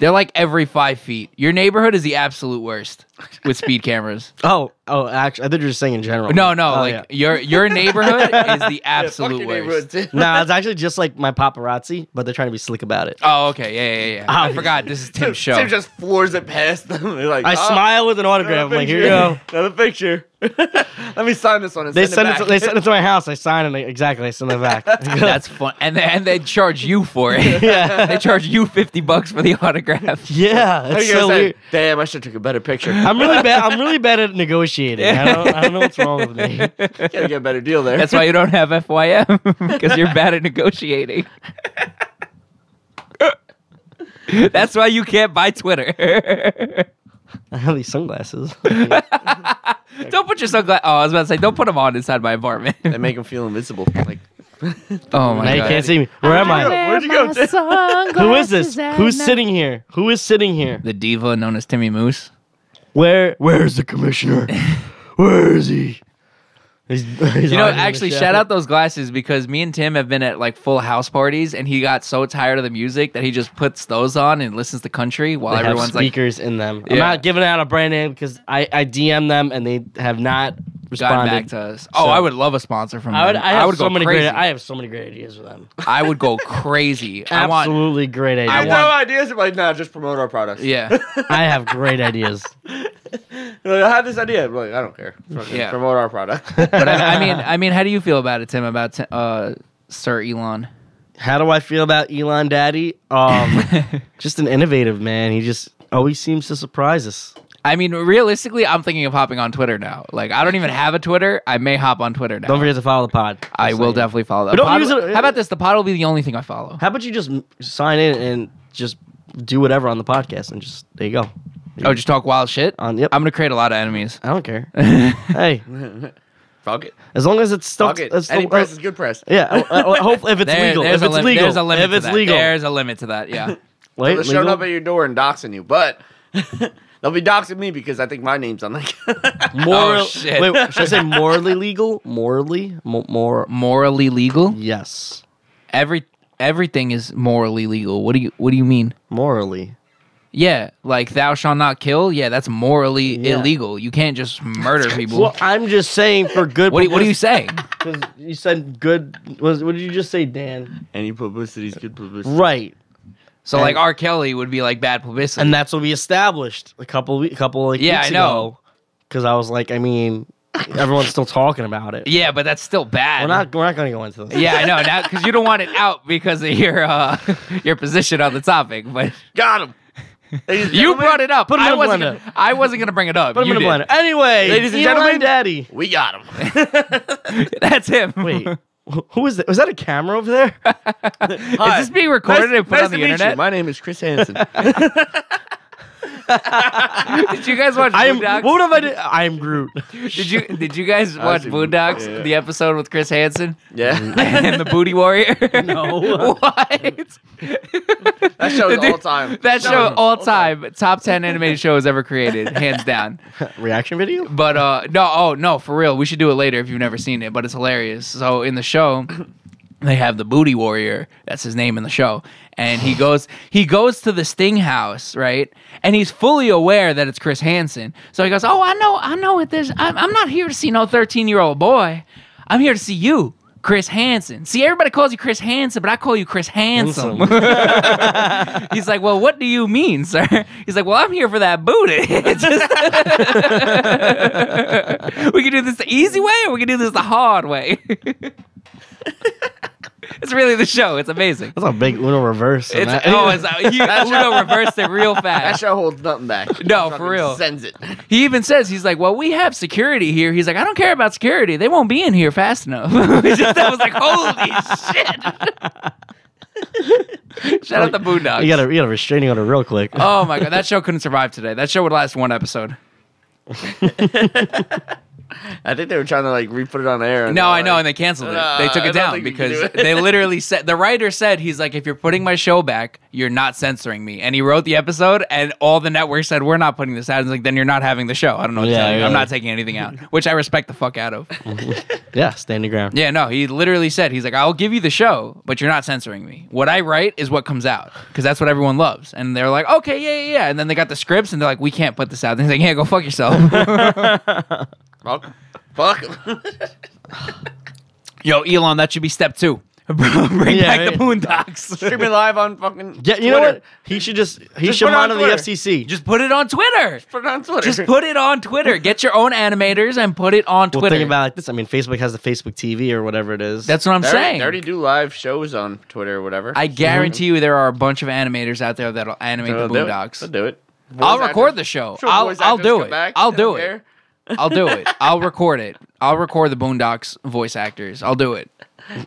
Speaker 3: They're like every five feet. Your neighborhood is the absolute worst with speed cameras.
Speaker 1: Oh, oh, actually, I thought you were just saying in general.
Speaker 3: No, no,
Speaker 1: Oh,
Speaker 3: like
Speaker 1: yeah.
Speaker 3: your your neighborhood is the
Speaker 4: Yeah, fuck
Speaker 3: absolute
Speaker 4: your
Speaker 3: worst.
Speaker 4: neighborhood, Tim.
Speaker 1: no, it's actually just like my paparazzi, but they're trying to be slick about it.
Speaker 3: Oh, okay, yeah, yeah, yeah. I forgot. This is Tim's show.
Speaker 4: Tim just floors it past them. They're like,
Speaker 1: I
Speaker 4: "Oh,
Speaker 1: smile with an autograph. I'm
Speaker 4: Another
Speaker 1: like, here you
Speaker 4: picture.
Speaker 1: go.
Speaker 4: Another picture. Let me sign this one. And
Speaker 1: They
Speaker 4: send
Speaker 1: send
Speaker 4: it
Speaker 1: it. To,
Speaker 4: back.
Speaker 1: they send it to my house. I sign it. Exactly. I send it back.
Speaker 3: That's fun, and they, and they charge you for it.
Speaker 1: yeah,
Speaker 3: they charge you fifty bucks for the autograph.
Speaker 1: yeah.
Speaker 4: There
Speaker 1: It's
Speaker 4: you go,
Speaker 1: so
Speaker 4: say,
Speaker 1: weird.
Speaker 4: Damn, I should have took a better picture.
Speaker 1: I'm really bad. I'm really bad at negotiating. I don't. I don't know what's wrong with me.
Speaker 4: Gotta get a better deal there.
Speaker 3: That's why you don't have FYM because you're bad at negotiating. That's why you can't buy Twitter.
Speaker 1: I have these sunglasses.
Speaker 3: don't put your sunglasses. Oh, I was about to say, don't put them on inside my apartment.
Speaker 4: They make him feel invincible. Like,
Speaker 1: now
Speaker 3: oh my
Speaker 1: you
Speaker 3: god!
Speaker 1: can't see me. Where am I?
Speaker 4: where'd you go? Tim?
Speaker 1: Who is this? Who's sitting here? Who is sitting here?
Speaker 3: The diva known as Timmy Moose.
Speaker 1: Where? Where is the commissioner? Where is he? He's, he's hiding in
Speaker 3: You know,
Speaker 1: the
Speaker 3: actually,
Speaker 1: shadow.
Speaker 3: shout out those glasses because me and Tim have been at like full house parties, and he got so tired of the music that he just puts those on and listens to country while
Speaker 1: They have
Speaker 3: everyone's like,
Speaker 1: speakers in them. I'm
Speaker 3: Yeah.
Speaker 1: not giving out a brand name because I, I DM them and they have not
Speaker 3: gotten
Speaker 1: responded.
Speaker 3: back to us. Oh,
Speaker 1: So-
Speaker 3: I would love a sponsor from.
Speaker 1: I would
Speaker 3: them.
Speaker 1: I have so
Speaker 3: go
Speaker 1: many
Speaker 3: crazy.
Speaker 1: great I have so many great ideas for them.
Speaker 3: I would go crazy. I want.
Speaker 1: Absolutely great ideas.
Speaker 4: I
Speaker 1: I,
Speaker 4: have no ideas. I'm like, nah, just promote our products.
Speaker 3: Yeah,
Speaker 1: have great ideas.
Speaker 4: They're Like, I had this idea. I'm like, I don't care. Fucking
Speaker 3: Yeah.
Speaker 4: Promote our product.
Speaker 3: but I, I mean, I mean, how do you feel about it, Tim? About Ti- uh, Sir Elon?
Speaker 1: How do I feel about Elon Daddy? Um, just an innovative man. He just always seems to surprise us.
Speaker 3: I mean, realistically, I'm thinking of hopping on Twitter now. Like, I don't even have a Twitter. I may hop on Twitter now.
Speaker 1: Don't forget to follow the pod.
Speaker 3: I will
Speaker 1: Just saying.
Speaker 3: definitely follow that.
Speaker 1: We don't
Speaker 3: Pod-
Speaker 1: use it-
Speaker 3: How about this? The pod will be the only thing I follow.
Speaker 1: How about you just m- sign in and just do whatever on the podcast and just there you go.
Speaker 3: Oh, just talk wild shit.
Speaker 1: On yep.
Speaker 3: I'm gonna create a lot of enemies.
Speaker 1: I don't care. hey,
Speaker 4: Fuck it.
Speaker 1: as long as it's stuff.
Speaker 4: Fuck it.
Speaker 1: as-
Speaker 4: Any
Speaker 1: uh,
Speaker 4: press is good press.
Speaker 1: Yeah, uh, uh, hopefully if it's
Speaker 3: There-
Speaker 1: legal, if
Speaker 3: There's a
Speaker 1: it's
Speaker 3: lim-
Speaker 1: legal,
Speaker 3: There's a limit
Speaker 1: if it's
Speaker 3: to that.
Speaker 1: legal,
Speaker 3: There's a limit to that. Yeah.
Speaker 1: wait,
Speaker 4: They're showing
Speaker 1: legal?
Speaker 4: up at your door and doxing you, but they'll be doxing me because I think my name's on like.
Speaker 1: Moral-
Speaker 3: Oh, shit.
Speaker 1: Wait, should I say morally legal? Morally, Mo- more.
Speaker 3: morally legal.
Speaker 1: Yes,
Speaker 3: Every everything is morally legal. What do you What do you mean?
Speaker 1: morally.
Speaker 3: Yeah, like thou shalt not kill. Yeah, that's morally
Speaker 1: Yeah.
Speaker 3: illegal. You can't just murder people.
Speaker 1: Well, I'm just saying for good.
Speaker 3: what do you, What are you saying?
Speaker 1: Because you said good. Was what did you just say, Dan?
Speaker 4: Any publicity is good publicity.
Speaker 1: Right,
Speaker 3: So like R. Kelly would be like bad publicity.
Speaker 1: and that's what we established a couple we- couple like
Speaker 3: Yeah,
Speaker 1: weeks
Speaker 3: I know.
Speaker 1: Because I was like, I mean, everyone's still talking about it.
Speaker 3: yeah, but that's still bad.
Speaker 1: We're not. We're not going to go into this.
Speaker 3: Yeah, I know now because you don't want it out because of your uh, your position on the topic. But
Speaker 4: Got him. Ladies and
Speaker 3: you
Speaker 4: gentlemen,
Speaker 3: brought it up.
Speaker 1: Put 'em
Speaker 3: I
Speaker 1: in a
Speaker 3: wasn't.
Speaker 1: blender.
Speaker 3: Gonna, I wasn't gonna bring it up.
Speaker 1: Put him in
Speaker 3: You
Speaker 1: a
Speaker 3: did.
Speaker 1: blender. Anyway,
Speaker 4: Ladies and
Speaker 1: Elon
Speaker 4: gentlemen.
Speaker 1: Daddy.
Speaker 4: We got him.
Speaker 3: That's him.
Speaker 1: Wait, wh- who is that? Was that a camera over there?
Speaker 3: is this being recorded and put on the internet?
Speaker 4: My name is Chris Hansen.
Speaker 3: Did you guys watch
Speaker 1: I am.
Speaker 3: Boondocks?
Speaker 1: What have I done? I am Groot.
Speaker 3: Did you Did you guys watch
Speaker 4: see-
Speaker 3: Boondocks?
Speaker 4: yeah.
Speaker 3: The episode with Chris Hansen
Speaker 4: Yeah,
Speaker 3: and the Booty Warrior.
Speaker 1: No.
Speaker 3: what?
Speaker 4: that show's
Speaker 3: Dude,
Speaker 4: all time.
Speaker 3: That show all time top ten animated shows ever created, hands down.
Speaker 1: Reaction video.
Speaker 3: But uh no, oh no, for real. We should do it later if you've never seen it, but it's hilarious. So in the show, they have the booty warrior, that's his name in the show. And he goes he goes to the Sting house, right? And he's fully aware that it's Chris Hansen. So he goes, Oh, I know, I know what this I'm, I'm not here to see no 13 year old boy. I'm here to see you. Chris Hansen. See, everybody calls you Chris Hansen, but I call you Chris Handsome. He's like, Well, what do you mean, sir? He's like, Well, I'm here for that booty. It's just- we can do this the easy way or we can do this the hard way. it's really the show. It's amazing.
Speaker 1: That's a big Uno reverse. in
Speaker 3: It's,
Speaker 1: that.
Speaker 3: oh, it's a huge Uno reversed it real
Speaker 4: That
Speaker 3: fast.
Speaker 4: show holds nothing back.
Speaker 3: No,
Speaker 4: Fucking
Speaker 3: for real.
Speaker 4: Sends it.
Speaker 3: He even says, he's like, well, we have security here. He's like, I don't care about security. They won't be in here fast enough. It's just- I was like, holy shit. Shout out the Boondocks.
Speaker 1: you gotta you gotta restrain on it real quick.
Speaker 3: Oh my god, that show couldn't survive today. That show would last one episode.
Speaker 4: I think they were trying to like re-put it on air. and
Speaker 3: No,
Speaker 4: they're
Speaker 3: I know,
Speaker 4: like-
Speaker 3: and they canceled it.
Speaker 4: "Uh,
Speaker 3: They took
Speaker 4: I
Speaker 3: it
Speaker 4: don't
Speaker 3: down
Speaker 4: think we can
Speaker 3: because
Speaker 4: do it."
Speaker 3: they literally said the writer said he's like, if you're putting my show back, you're not censoring me. And he wrote the episode, and all the networks said we're not putting this out. And like, then you're not having the show. I don't know. What to
Speaker 1: Yeah,
Speaker 3: tell you.
Speaker 1: yeah.
Speaker 3: I'm not taking anything out, which I respect the fuck out of.
Speaker 1: yeah, stand your ground.
Speaker 3: yeah, no, he literally said he's like, I'll give you the show, but you're not censoring me. What I write is what comes out because that's what everyone loves. And they're like, okay, yeah, yeah, yeah. And then they got the scripts, and they're like, we can't put this out. And he's like, yeah, go fuck yourself.
Speaker 4: Fuck. Fuck.
Speaker 3: Yo, Elon, that should be step two. Bring
Speaker 1: Yeah,
Speaker 3: back the
Speaker 1: right.
Speaker 3: Boondocks.
Speaker 4: Streaming live on fucking.
Speaker 1: Yeah, you know
Speaker 4: Twitter.
Speaker 1: what? He should just he
Speaker 4: Just
Speaker 1: should
Speaker 4: put it on
Speaker 1: monitor the
Speaker 4: Twitter.
Speaker 1: FCC.
Speaker 3: Just put it on Twitter.
Speaker 4: Put it on Twitter.
Speaker 3: Just put it on Twitter. Get your own animators and put it on
Speaker 1: well,
Speaker 3: Twitter.
Speaker 1: think about it like this. I mean, Facebook has the Facebook TV or whatever it is.
Speaker 3: That's what I'm
Speaker 4: They already-
Speaker 3: saying.
Speaker 4: They already do live shows on Twitter or whatever.
Speaker 3: I guarantee you there are a bunch of animators out there that'll animate
Speaker 4: So
Speaker 3: the
Speaker 4: they'll do it.
Speaker 3: Boondocks.
Speaker 4: They'll do it.
Speaker 3: I'll
Speaker 4: Voice
Speaker 3: record
Speaker 4: actors-
Speaker 3: the show.
Speaker 4: Sure,
Speaker 3: I'll,
Speaker 4: voice
Speaker 3: I'll
Speaker 4: actors
Speaker 3: do
Speaker 4: come
Speaker 3: it.
Speaker 4: back.
Speaker 3: I'll
Speaker 4: They
Speaker 3: do
Speaker 4: don't
Speaker 3: it.
Speaker 4: care.
Speaker 3: I'll do it. I'll record it. I'll record the Boondocks voice actors. I'll do it.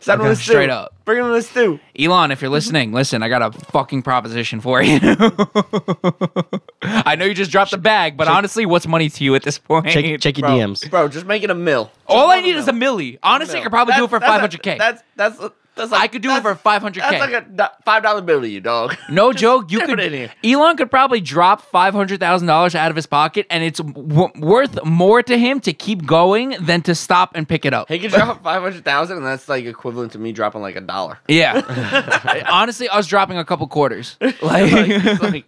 Speaker 4: Send them
Speaker 3: Okay.
Speaker 4: the stew.
Speaker 3: Straight up.
Speaker 4: Bring them the stew.
Speaker 3: Elon, if you're listening, listen, I got a fucking proposition for you. I know you just dropped the bag, but honestly, what's money to you at this point?
Speaker 1: check check your
Speaker 4: Bro,
Speaker 1: DMs.
Speaker 4: Bro, just make it a mill.
Speaker 3: All I need is a milli. Honestly, I could probably do it for
Speaker 4: That's- that's
Speaker 3: 500k.
Speaker 4: A, that's that's that's like,
Speaker 3: I could do it for 500k.
Speaker 4: That's like a do- five dollar bill to you, dog.
Speaker 3: no joke, you
Speaker 4: throw
Speaker 3: could.
Speaker 4: it in here.
Speaker 3: Elon could probably drop five hundred thousand dollars out of his pocket, and it's w- worth more to him to keep going than to stop and pick it up.
Speaker 4: He could drop five hundred thousand, and that's like equivalent to me dropping like a dollar.
Speaker 3: Yeah, honestly, us dropping a couple quarters,
Speaker 4: Like, oh.
Speaker 3: like
Speaker 4: it's like,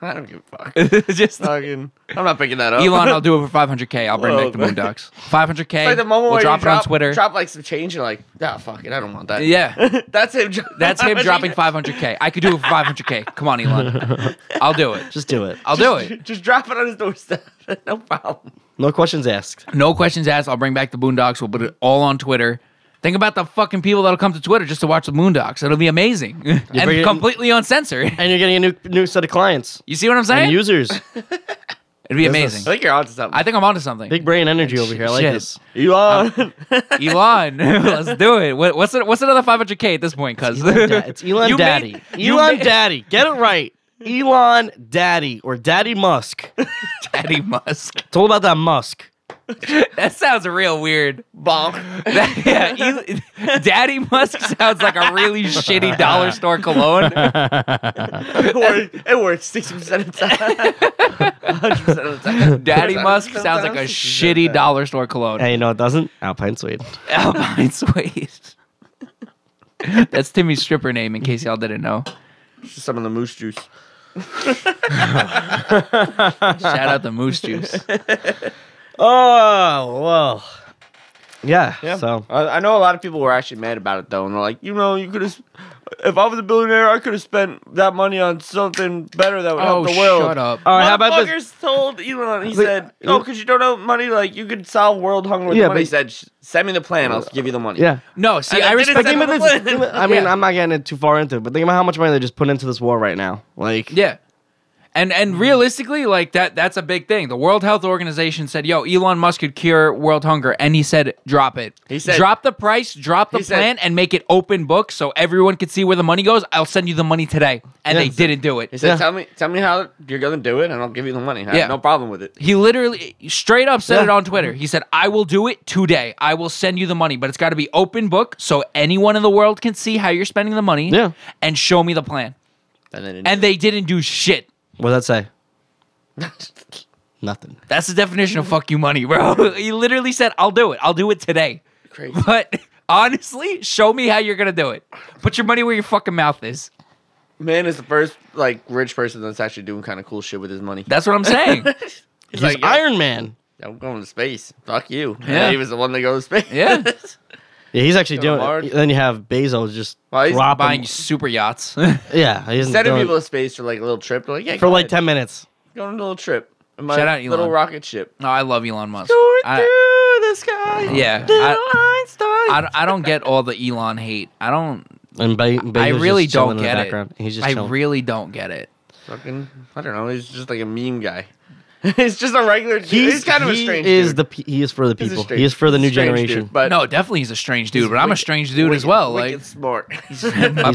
Speaker 4: I don't give a fuck.
Speaker 3: just
Speaker 4: Fucking, I'm not picking that up.
Speaker 3: Elon, I'll do it for 500k. I'll bring
Speaker 4: Whoa,
Speaker 3: back the
Speaker 4: man.
Speaker 3: Boondocks. 500k.
Speaker 4: Oh. It's like the moment
Speaker 3: we'll
Speaker 4: where
Speaker 3: drop
Speaker 4: you drop
Speaker 3: it on Twitter.
Speaker 4: drop like some change, and like, ah, fuck it, I don't want that.
Speaker 3: Yeah.
Speaker 4: that's him. dro-
Speaker 3: That's him dropping
Speaker 4: Just-
Speaker 3: 500k. I could do it for 500k. Come on, Elon. I'll do it.
Speaker 1: Just do it.
Speaker 3: I'll do it.
Speaker 4: Just drop it on his doorstep. no problem.
Speaker 1: No questions asked.
Speaker 3: No questions asked. I'll bring back the Boondocks. We'll put it all on Twitter. Think about the fucking people that'll come to Twitter just to watch the Boondocks. It'll be amazing
Speaker 1: bring
Speaker 3: and
Speaker 1: it-
Speaker 3: completely uncensored.
Speaker 1: And you're getting a new new set of clients
Speaker 3: You see what I'm
Speaker 1: and
Speaker 3: saying?
Speaker 1: users.
Speaker 3: It'd be
Speaker 1: business.
Speaker 4: I
Speaker 3: amazing.
Speaker 4: think you're onto something.
Speaker 3: I think I'm onto something.
Speaker 1: Big brain energy over here. I like
Speaker 3: Shit.
Speaker 1: this.
Speaker 4: Elon,
Speaker 3: Elon, let's do it. What, what's it, what's another 500k at this point? Cause
Speaker 1: Da- it's Elon
Speaker 3: You made-
Speaker 1: Daddy.
Speaker 3: you
Speaker 1: Elon
Speaker 3: made-
Speaker 1: Daddy. Get it right. Elon Daddy or Daddy Musk. It's
Speaker 3: Daddy Musk.
Speaker 1: all about that Musk.
Speaker 3: That sounds real weird.
Speaker 4: bonk.
Speaker 3: That- yeah, El- Daddy Musk sounds like a really shitty dollar store cologne.
Speaker 4: It works. It works sixty percent of the time. Hundred percent of the time.
Speaker 3: Daddy
Speaker 4: 100%
Speaker 3: Musk
Speaker 4: of the
Speaker 3: sounds like
Speaker 4: time.
Speaker 3: a shitty dollar store cologne.
Speaker 1: Hey, you know it doesn't? Alpine Swede.
Speaker 3: Alpine Suede. That's Timmy's stripper name, in case y'all didn't know.
Speaker 4: Some of the moose juice.
Speaker 3: Shout out to Moose Juice.
Speaker 1: Oh well. Yeah. So
Speaker 4: I, I know a lot of people were actually mad about it though, and they're like, you know, you could have. If I was a billionaire, I could have spent that money on something better that would
Speaker 3: Oh,
Speaker 4: help the world. Uh,
Speaker 3: shut up.
Speaker 1: all right, how about this?
Speaker 4: Motherfuckers told Elon. He
Speaker 1: Like-
Speaker 4: said, "Oh, because you don't have money, like you could solve world hunger with
Speaker 1: Yeah,
Speaker 4: money."
Speaker 1: but-
Speaker 4: He said, "Sh- "Send me the plan. I'll give you the money."
Speaker 1: Yeah.
Speaker 3: No, see,
Speaker 4: And
Speaker 3: I
Speaker 4: I didn't
Speaker 3: respect
Speaker 4: say
Speaker 1: Think
Speaker 4: Send
Speaker 1: about
Speaker 4: him
Speaker 1: this-
Speaker 4: the plan.
Speaker 1: I mean,
Speaker 3: Yeah.
Speaker 1: I'm not getting it too far into it, but think about how much money they just put into this war right now. Like,
Speaker 3: Yeah. And
Speaker 4: Mm.
Speaker 3: and realistically, like that that's a big thing. The World Health Organization said, "Yo, Elon Musk could cure world hunger," and he said, "Drop it.
Speaker 4: He said-
Speaker 3: drop the price, drop the
Speaker 4: he said-
Speaker 3: plan, and make it open book so everyone can see where the money goes. I'll send you the money today." And
Speaker 1: Yeah.
Speaker 3: they didn't do it.
Speaker 4: He said, "Tell me, tell me how you're gonna do it, and I'll give you the money. I have
Speaker 3: Yeah.
Speaker 4: no problem with it."
Speaker 3: He literally straight up said
Speaker 1: Yeah.
Speaker 3: it on Twitter. He said, I will do it today. I will send you the money, but it's got to be open book so anyone in the world can see how you're spending the money
Speaker 1: Yeah.
Speaker 3: and show me the plan.
Speaker 4: And then,
Speaker 3: And they didn't do shit.
Speaker 1: What'd that say? Nothing.
Speaker 3: That's the definition of fuck you money, bro. he literally said, I'll do it. I'll do it today.
Speaker 4: Crazy.
Speaker 3: But honestly, show me how you're going to do it. Put your money where your fucking mouth is.
Speaker 4: man is the first like rich person that's actually doing kind of cool shit with his money.
Speaker 3: That's what I'm saying.
Speaker 4: He's
Speaker 1: He's
Speaker 4: like, "Yeah,
Speaker 1: Iron Man.
Speaker 4: I'm going to space. Fuck you. And
Speaker 3: Yeah.
Speaker 4: he was the one that goes to space.
Speaker 3: Yeah.
Speaker 1: Yeah, he's actually
Speaker 4: Go
Speaker 1: doing
Speaker 4: hard.
Speaker 1: it. Then you have Bezos just
Speaker 4: Well, he's
Speaker 1: dropping.
Speaker 3: Buying super yachts.
Speaker 1: yeah, he's
Speaker 4: Sending
Speaker 1: doing-
Speaker 4: people to space for like a little trip. They're like, yeah,
Speaker 1: for
Speaker 4: go
Speaker 1: like
Speaker 4: ahead.
Speaker 1: ten minutes.
Speaker 4: Go on a little trip. In my
Speaker 3: Shout out Elon.
Speaker 4: little rocket ship.
Speaker 3: No, I love Elon Musk.
Speaker 4: Going
Speaker 3: I-
Speaker 4: through the sky.
Speaker 3: Yeah,
Speaker 4: Little
Speaker 3: I-
Speaker 4: Einstein.
Speaker 3: I, don't- I don't get all the Elon hate. I don't.
Speaker 1: And Be- Bezos
Speaker 3: I really
Speaker 1: just chilling
Speaker 3: don't
Speaker 1: in
Speaker 3: get
Speaker 1: the
Speaker 3: it.
Speaker 1: background. and He's just
Speaker 3: I
Speaker 1: chilling.
Speaker 3: really don't get it.
Speaker 4: Fucking, I don't know. He's just like a meme guy. he's just a regular dude. He's,
Speaker 1: He's,
Speaker 4: kind of a
Speaker 1: he
Speaker 4: strange
Speaker 1: is
Speaker 4: dude.
Speaker 1: the pe- he is for the
Speaker 4: He's a
Speaker 1: people.
Speaker 4: strange-
Speaker 1: he is for the new
Speaker 4: strange dude,
Speaker 1: generation.
Speaker 4: but
Speaker 3: no, definitely he's a strange dude, but I'm a
Speaker 4: wicked-
Speaker 3: strange dude as
Speaker 4: wicked-
Speaker 3: well.
Speaker 4: wicked
Speaker 3: like
Speaker 4: smart.
Speaker 3: my
Speaker 1: He's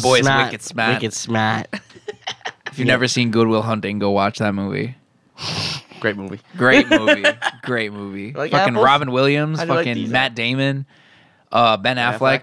Speaker 3: boy is
Speaker 1: smart,
Speaker 3: wicked smart.
Speaker 1: Wicked smart.
Speaker 3: If you've never seen Goodwill Hunting, go watch that movie.
Speaker 4: Great movie.
Speaker 3: Great movie. Great movie.
Speaker 4: Like
Speaker 3: fucking
Speaker 4: apples?
Speaker 3: Robin Williams,
Speaker 4: How do you like
Speaker 3: fucking
Speaker 4: these
Speaker 3: Matt Damon, uh, Ben Affleck.
Speaker 4: Affleck?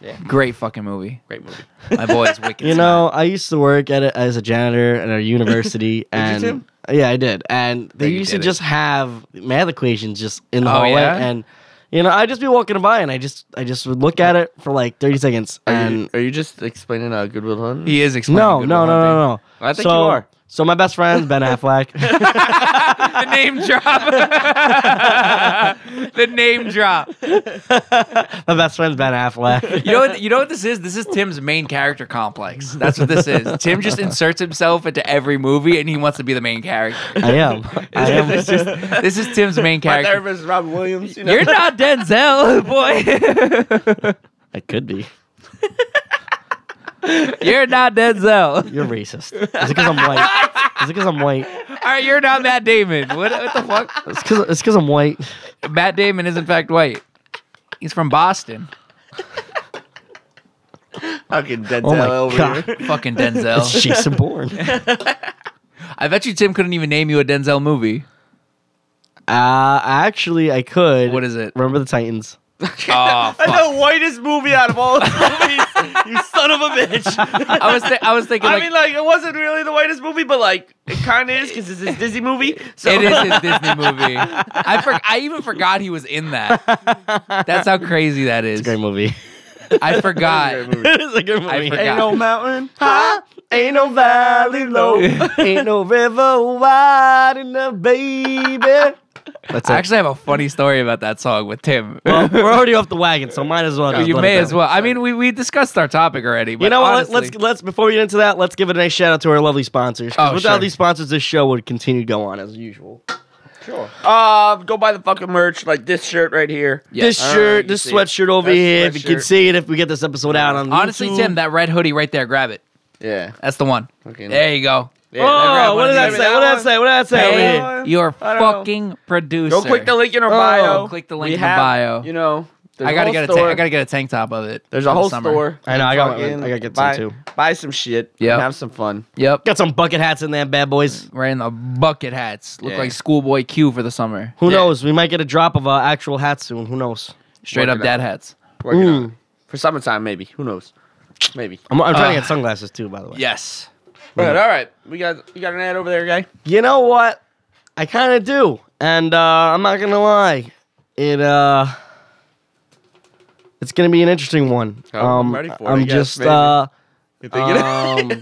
Speaker 4: Yeah.
Speaker 3: Great fucking movie.
Speaker 4: Great movie.
Speaker 3: My boy is wicked.
Speaker 1: You know,
Speaker 3: smart.
Speaker 1: I used to work at a, as a janitor at a university, and
Speaker 4: Tim?
Speaker 1: yeah, I did. And they
Speaker 3: Yeah, you
Speaker 1: used to
Speaker 3: did it.
Speaker 1: just have math equations just in the
Speaker 3: Oh,
Speaker 1: hallway,
Speaker 3: yeah?
Speaker 1: and you know, I'd just be walking by, and I just I just would look at it for like thirty seconds,
Speaker 4: Are
Speaker 1: and
Speaker 4: you, are you just explaining uh, Goodwill Hunting?
Speaker 3: he is explaining.
Speaker 1: no, no,
Speaker 3: Good
Speaker 1: no,
Speaker 3: Will
Speaker 1: no, no,
Speaker 4: I think
Speaker 1: so,
Speaker 4: you are.
Speaker 1: So my best friend Ben Affleck.
Speaker 3: Hunting. the name drop. the name drop.
Speaker 1: my best friend's Ben Affleck.
Speaker 3: You know, what, you know what this is? This is Tim's main character complex. That's what this is. Tim just inserts himself into every movie, and he wants to be the main character.
Speaker 1: I am. I am.
Speaker 3: This is, this is Tim's main
Speaker 4: My
Speaker 3: character.
Speaker 4: therapist is Robin Williams. You know?
Speaker 3: You're not Denzel, boy.
Speaker 1: I could be.
Speaker 3: You're not Denzel.
Speaker 1: You're racist. Is it because I'm white? Is it because I'm white?
Speaker 3: All right, you're not Matt Damon. What, what the fuck?
Speaker 1: It's because it's 'cause I'm white.
Speaker 3: Matt Damon is in fact white. He's from Boston.
Speaker 4: fucking Denzel
Speaker 1: Oh my
Speaker 4: over
Speaker 1: God.
Speaker 4: here.
Speaker 3: Fucking Denzel.
Speaker 1: It's Jason Bourne.
Speaker 3: I bet you Tim couldn't even name you a Denzel movie.
Speaker 1: Uh, actually, I could.
Speaker 3: What is it?
Speaker 1: Remember the Titans.
Speaker 3: Oh,
Speaker 4: That's
Speaker 3: fuck.
Speaker 4: the whitest movie out of all his movies. you son of a bitch.
Speaker 3: I was thi- I was thinking
Speaker 4: I
Speaker 3: like
Speaker 4: mean, like, it wasn't really the whitest movie, but like, it kind of is because it's his Disney movie. So
Speaker 3: It is his Disney movie. I for, I even forgot he was in that. That's how crazy that is.
Speaker 1: Great movie.
Speaker 3: I
Speaker 4: Great
Speaker 3: forgot.
Speaker 4: movie.
Speaker 1: it is a good
Speaker 3: I forgot.
Speaker 4: Ain't no mountain.
Speaker 1: High, Ah, ain't no valley low, ain't no river wide enough, baby. That's it.
Speaker 3: I actually have a funny story about that song with Tim.
Speaker 1: well, we're already off the wagon, so might as well. just
Speaker 3: Oh, you
Speaker 1: let it
Speaker 3: may
Speaker 1: go.
Speaker 3: as well. I mean, we, we discussed our topic already. But
Speaker 1: You know what? let-
Speaker 3: honestly-
Speaker 1: Let's let's before we get into that, let's give a nice shout out to our lovely sponsors. 'cause
Speaker 3: Oh,
Speaker 1: without
Speaker 3: sure.
Speaker 1: these sponsors, this show would continue to go on as usual.
Speaker 4: Uh, go buy the fucking merch, like this shirt right here.
Speaker 3: Yeah.
Speaker 1: This
Speaker 4: I don't
Speaker 1: shirt,
Speaker 4: know,
Speaker 1: this
Speaker 4: you can
Speaker 1: sweatshirt over
Speaker 4: That's
Speaker 1: here. If you can
Speaker 4: sweatshirt.
Speaker 1: see it, if we get this episode out on
Speaker 3: honestly,
Speaker 1: YouTube.
Speaker 3: Tim, that red hoodie right there, grab it.
Speaker 4: Yeah.
Speaker 3: That's the one.
Speaker 4: Fucking-
Speaker 3: There you go.
Speaker 4: yeah
Speaker 1: Oh, what did that
Speaker 3: That
Speaker 1: say? What did that say? What did that say? over
Speaker 3: Hey,
Speaker 1: here?
Speaker 3: you're
Speaker 4: I don't know.
Speaker 3: fucking producer.
Speaker 4: Go click the link in our bio.
Speaker 3: Oh, click the link
Speaker 4: We
Speaker 3: in the
Speaker 4: have,
Speaker 3: bio.
Speaker 4: You know, there's
Speaker 3: I gotta
Speaker 4: whole
Speaker 3: get a
Speaker 4: store.
Speaker 3: ta- I gotta get a tank top of it.
Speaker 4: There's
Speaker 3: for
Speaker 4: a
Speaker 3: the
Speaker 4: whole
Speaker 3: summer.
Speaker 4: store.
Speaker 1: I know, I got-
Speaker 4: Fucking
Speaker 1: I gotta get some
Speaker 4: buy,
Speaker 1: too.
Speaker 4: Buy some shit.
Speaker 3: Yep.
Speaker 4: and Have some fun.
Speaker 3: Yep.
Speaker 1: Got some bucket hats in there, bad boys.
Speaker 3: Right in the bucket hats. Look
Speaker 4: Yeah.
Speaker 3: like schoolboy Q for the summer.
Speaker 1: Who
Speaker 4: Yeah.
Speaker 1: knows? We might get a drop of uh, actual hats soon. Who knows?
Speaker 3: Straight up
Speaker 4: Working out.
Speaker 3: dad hats.
Speaker 4: Working
Speaker 1: Mm.
Speaker 4: on it. For summertime, maybe. Who knows? Maybe.
Speaker 1: I'm, I'm trying
Speaker 3: Uh,
Speaker 1: to get sunglasses too, by the way.
Speaker 3: Yes.
Speaker 1: Mm.
Speaker 4: But all right, we got you got an ad over there, guy.
Speaker 1: You know what? I kind of do, and uh, I'm not gonna lie. It uh, it's gonna be an interesting one. Um,
Speaker 4: Oh, I'm ready for it, I
Speaker 1: I'm
Speaker 4: guess,
Speaker 1: just
Speaker 4: maybe.
Speaker 1: uh,
Speaker 4: You think it-
Speaker 1: um,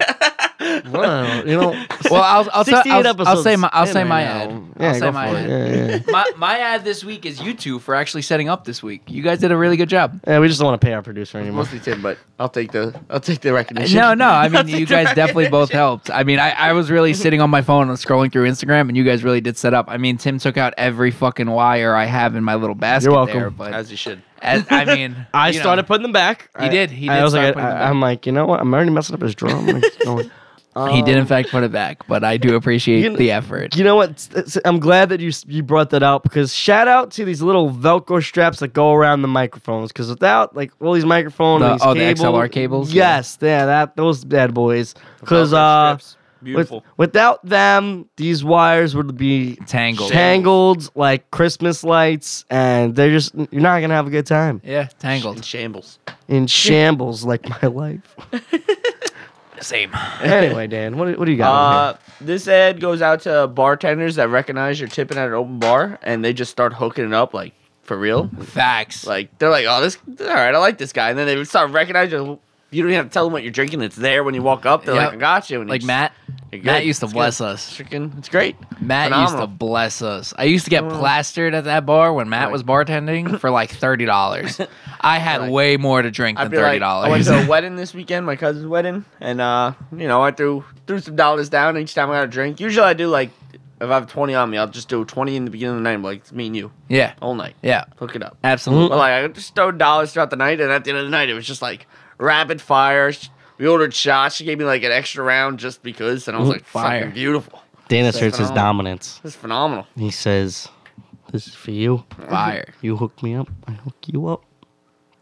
Speaker 1: well, you know,
Speaker 3: Well, I'll I'll, tell,
Speaker 1: 68
Speaker 3: I'll, I'll say
Speaker 1: episodes
Speaker 3: my I'll
Speaker 1: in
Speaker 3: say
Speaker 1: right
Speaker 3: my
Speaker 1: now.
Speaker 3: ad.
Speaker 1: Yeah,
Speaker 3: I'll say
Speaker 1: go
Speaker 3: my
Speaker 1: for
Speaker 3: ad.
Speaker 1: it. Yeah, yeah.
Speaker 3: my my ad this week is you two for actually setting up this week. You guys did a really good job.
Speaker 1: yeah, we just don't want to pay our producer anymore.
Speaker 4: mostly Tim, but I'll take the I'll take the recognition.
Speaker 3: Uh, No, no. I mean, you guys definitely both helped. I mean, I, I was really sitting on my phone and scrolling through Instagram, and you guys really did set up. I mean, Tim took out every fucking wire I have in my little basket.
Speaker 1: You're welcome.
Speaker 3: There, but
Speaker 4: as you should.
Speaker 3: as, I mean,
Speaker 1: I
Speaker 3: you know.
Speaker 1: started putting them back.
Speaker 3: He
Speaker 1: I-
Speaker 3: did. He
Speaker 1: I
Speaker 3: did
Speaker 1: was
Speaker 3: start
Speaker 1: like,
Speaker 3: putting them
Speaker 1: I,
Speaker 3: back.
Speaker 1: I'm like, you know what? I'm already messing up his drum.
Speaker 3: he did in fact put it back, but I do appreciate
Speaker 1: You kn-
Speaker 3: the effort.
Speaker 1: You know what? It's- it's- I'm glad that you s- you brought that out because shout out to these little Velcro straps that go around the microphones because without like all these microphones,
Speaker 3: The-
Speaker 1: these
Speaker 3: oh, the XLR cables? Yeah.
Speaker 1: Yes, yeah, that those bad boys. Because uh, with,
Speaker 2: beautiful.
Speaker 1: without them, these wires would be
Speaker 3: Tangled.
Speaker 1: tangled like Christmas lights, and they're just you're not gonna have a good time
Speaker 3: yeah,
Speaker 2: in
Speaker 3: tangled.
Speaker 2: shambles.
Speaker 1: in shambles like my life.
Speaker 3: Same.
Speaker 1: anyway, Dan, what do- what do you got? over
Speaker 4: Uh, this ad goes out to bartenders that recognize you're tipping at an open bar, and they just start hooking it up like for real.
Speaker 3: Facts.
Speaker 4: Like they're like, "Oh, this all right, I like this guy," and then they would start recognizing. you. You don't even have to tell them what you're drinking. It's there when you walk up. They're
Speaker 3: Yep.
Speaker 4: like, "I got you." And you
Speaker 3: Like
Speaker 4: just-
Speaker 3: Matt.
Speaker 4: you're good.
Speaker 3: Matt used to
Speaker 4: It's
Speaker 3: bless
Speaker 4: good.
Speaker 3: us.
Speaker 4: Freaking, it's great.
Speaker 3: Matt used
Speaker 4: Phenomenal. Mm.
Speaker 3: to bless us. I used to get plastered at that bar when Matt was bartending for like thirty dollars. I had
Speaker 4: Like-
Speaker 3: way more to drink
Speaker 4: I'd
Speaker 3: than
Speaker 4: be
Speaker 3: thirty
Speaker 4: like, I went
Speaker 3: dollars.
Speaker 4: to a wedding this weekend, my cousin's wedding, and uh, you know, I threw threw some dollars down each time I got a drink. Usually, I do like if I have twenty on me, I'll just do twenty in the beginning of the night. I'm like it's me and you,
Speaker 3: yeah,
Speaker 4: all night.
Speaker 3: yeah,
Speaker 4: Hook it up.
Speaker 3: absolutely.
Speaker 4: But like I just threw dollars throughout the night, and at the end of the night, it was just like rapid fire. Sh- We ordered shots. She gave me like an extra round just because, and I was like,
Speaker 3: Fire.
Speaker 4: "Fucking beautiful!
Speaker 1: here? Dan
Speaker 4: so
Speaker 1: asserts his
Speaker 4: phenomenal.
Speaker 1: dominance.
Speaker 4: This is phenomenal."
Speaker 1: He says, "This is for you."
Speaker 4: Mm.
Speaker 3: Fire.
Speaker 1: You hook me up. I hook you up.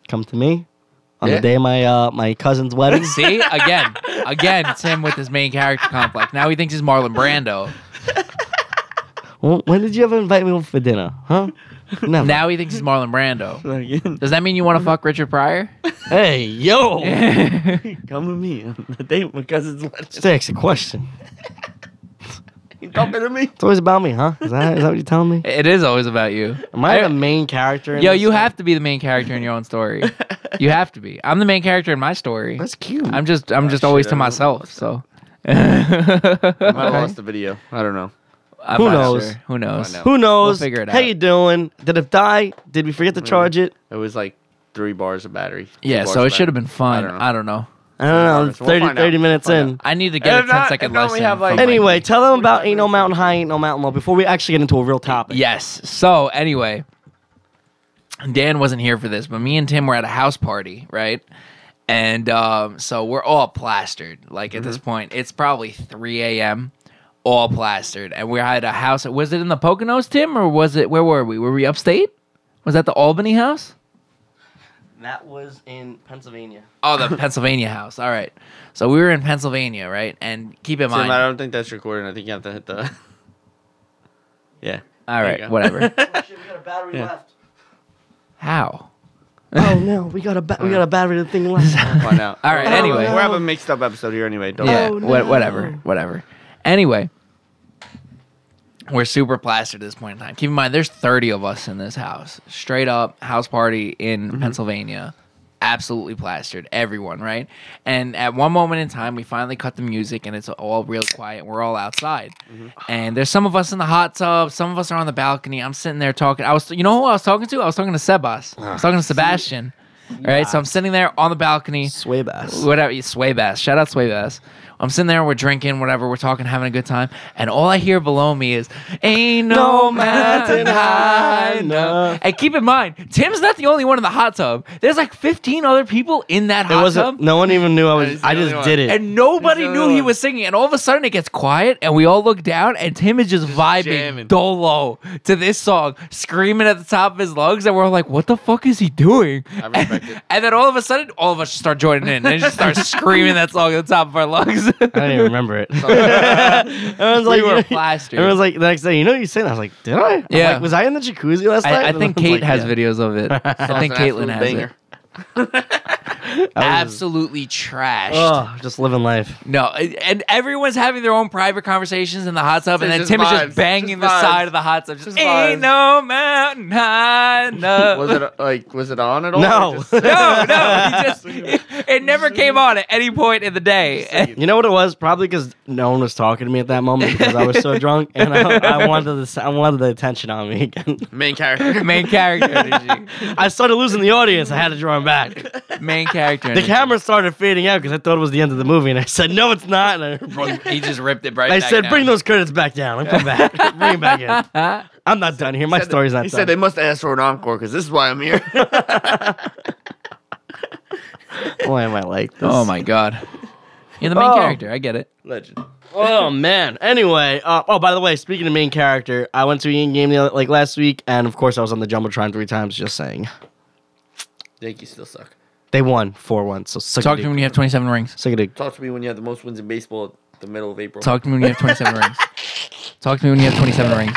Speaker 1: Come to me on
Speaker 4: Yeah.
Speaker 1: the day of my uh, my cousin's wedding.
Speaker 3: See again, again, Tim with his main character complex. Now he thinks he's Marlon Brando.
Speaker 1: Wh- when did you ever invite me over for dinner? Huh? Never.
Speaker 3: Now he thinks he's Marlon Brando.
Speaker 4: Come
Speaker 3: Does that mean you want to fuck Richard Pryor?
Speaker 1: hey, yo.
Speaker 4: with me on the date my cousin's wedding.
Speaker 1: Sticks, a question.
Speaker 4: You talking to me?
Speaker 1: It's always about me, huh? Is that, is that what you're telling me?
Speaker 3: It is always about you.
Speaker 1: Am I, the main character? In
Speaker 3: Yo,
Speaker 1: this?
Speaker 3: you have to be the main character in your own story. You have to be. I'm the main character in my story.
Speaker 1: That's cute.
Speaker 3: I'm just I'm just
Speaker 4: Oh, shit,
Speaker 3: always
Speaker 4: I
Speaker 3: to
Speaker 4: don't know.
Speaker 3: myself. So
Speaker 4: I might have lost the video. I don't know.
Speaker 3: I'm
Speaker 1: Who
Speaker 3: not
Speaker 1: knows?
Speaker 3: sure. Who knows?
Speaker 4: Find out.
Speaker 1: Who knows?
Speaker 3: figure it
Speaker 1: How
Speaker 3: out.
Speaker 1: you doing? Did it die? Did we forget to charge it?
Speaker 4: It was like three bars of battery. two
Speaker 3: Yeah,
Speaker 4: bars
Speaker 3: so
Speaker 4: of
Speaker 3: it should have
Speaker 4: battery.
Speaker 3: been fun.
Speaker 4: I don't know.
Speaker 3: I
Speaker 1: I
Speaker 3: don't know.
Speaker 1: don't know. I'm
Speaker 4: We'll
Speaker 1: 30,
Speaker 4: find out.
Speaker 1: 30 minutes
Speaker 4: Find
Speaker 1: in.
Speaker 3: I need to get
Speaker 4: And
Speaker 3: a
Speaker 4: if not-
Speaker 3: 10 second
Speaker 4: if not, we
Speaker 3: lesson.
Speaker 4: have, like-
Speaker 3: from my-
Speaker 1: Anyway, tell them about Ain't No Mountain High, Ain't No Mountain Low before we actually get into a real topic.
Speaker 3: yes. So anyway, Dan wasn't here for this, but me and Tim were at a house party, right? And um, so we're all plastered. Like at this
Speaker 4: Mm-hmm.
Speaker 3: point, it's probably 3 a.m. All plastered, and we're at a house. Was it in the Poconos, Tim, or was it where were we? Were we upstate? Was that the Albany house?
Speaker 1: That was in Pennsylvania.
Speaker 3: Oh, the Pennsylvania house. All right. So we were in Pennsylvania, right? And keep in
Speaker 4: Tim, I
Speaker 3: mind.
Speaker 4: don't think that's recording. I think you have to hit the. yeah.
Speaker 3: All
Speaker 4: There you
Speaker 3: right,
Speaker 4: go.
Speaker 3: whatever.
Speaker 1: oh, shit, we got a battery
Speaker 4: Yeah.
Speaker 1: left.
Speaker 3: How?
Speaker 1: Oh no, we got a ba- we got a battery thing left.
Speaker 4: We'll find out.
Speaker 3: All right,
Speaker 4: We're having-
Speaker 3: anyway.
Speaker 4: we're having a mixed up episode here anyway. Don't
Speaker 3: Yeah,
Speaker 1: Oh,
Speaker 3: wha-
Speaker 1: no.
Speaker 3: whatever, whatever. Anyway, we're super plastered at this point in time. Keep in mind, there's 30 of us in this house. Straight up house party in Pennsylvania. Absolutely plastered, everyone, right? And at one moment in time, we finally cut the music and it's all real quiet. We're all outside. And there's some of us in the hot tub, some of us are on the balcony. I'm sitting there talking. I was, you know who I was talking to? I was talking to Sebas. I was talking to Sebastian. All right, so I'm sitting there on the balcony
Speaker 1: Sway bass.
Speaker 3: whatever you- sway bass shout out sway bass i'm sitting there we're drinking whatever we're talking having a good time and all i hear below me is ain't no mountain high enough and keep in mind tim's not the only one in the hot tub there's like 15 other people in that
Speaker 1: It
Speaker 3: hot
Speaker 1: wasn't.
Speaker 3: tub
Speaker 1: No one even knew I
Speaker 4: He's
Speaker 1: was.
Speaker 4: the
Speaker 1: I
Speaker 4: only
Speaker 1: just
Speaker 4: one.
Speaker 1: did it.
Speaker 3: and nobody
Speaker 4: There's
Speaker 3: knew
Speaker 4: another
Speaker 3: he
Speaker 4: one.
Speaker 3: was singing and all of a sudden it gets quiet and we all look down and tim is just, vibing
Speaker 4: jamming.
Speaker 3: dolo to this song screaming at the top of his lungs and we're all like what the fuck is he doing
Speaker 4: I respect it.
Speaker 3: and then all of a sudden, all of us start joining in and just start screaming that song at the top of our lungs.
Speaker 1: I don't even remember it. everyone's like,
Speaker 3: we were
Speaker 1: you know,
Speaker 3: plastered.
Speaker 1: everyone's like, the next day, you know, you said, I was like, did I? I'm
Speaker 3: Yeah.
Speaker 1: like, was I in the jacuzzi last night?
Speaker 3: I, I
Speaker 1: And
Speaker 3: think
Speaker 1: was
Speaker 3: Kate
Speaker 1: like,
Speaker 3: has
Speaker 1: yeah.
Speaker 3: videos of it. I think Caitlin has it.
Speaker 1: I was-
Speaker 3: Absolutely trashed.
Speaker 1: Oh, just living life.
Speaker 3: No, and everyone's having their own private conversations in the hot tub,
Speaker 4: It's
Speaker 3: and then
Speaker 4: just
Speaker 3: Tim is
Speaker 4: vibes.
Speaker 3: just
Speaker 4: Just
Speaker 3: banging the
Speaker 4: vibes.
Speaker 3: side of the hot tub. Just,
Speaker 4: Just
Speaker 3: ain't
Speaker 4: vibes.
Speaker 3: no mountain high enough.
Speaker 4: Was it like was it on at all?
Speaker 1: No.
Speaker 4: Or just-
Speaker 3: no, no, he just it, it never came on at any point in the day.
Speaker 1: You know what it was? Probably because no one was talking to me at that moment because I was so drunk and I, I wanted the s- I wanted the attention on me again.
Speaker 4: Main character.
Speaker 3: Main character energy.
Speaker 1: I started losing the audience. I had to draw them back.
Speaker 3: Main character.
Speaker 1: The
Speaker 3: energy.
Speaker 1: camera started fading out because I thought it was the end of the movie, and I said, "No, it's not." And I,
Speaker 3: He just ripped it right.
Speaker 1: I
Speaker 3: back
Speaker 1: said,
Speaker 3: down.
Speaker 1: "Bring those credits back down. I'm coming back. Bring it back in. I'm not done here. My story's not
Speaker 4: He
Speaker 1: done."
Speaker 4: said they must have asked for an encore because this is why I'm here.
Speaker 1: Why am I like this?
Speaker 3: Oh my god. You're the main
Speaker 4: Oh.
Speaker 3: character. I get it.
Speaker 4: Legend.
Speaker 1: Oh man. Anyway, uh, oh by the way, speaking of main character, I went to a Yin game the other, like last week, and of course I was on the jumbotron three times. Just saying,
Speaker 4: Yankees still suck.
Speaker 1: they won four one. So suck
Speaker 3: Talk
Speaker 1: a
Speaker 3: to
Speaker 1: dick.
Speaker 3: me when you have 27 rings.
Speaker 1: Suck a dick.
Speaker 4: Talk to me when you have the most wins in baseball at the middle of April.
Speaker 3: Talk to me when you have 27 rings. Talk to me when you have 27 rings.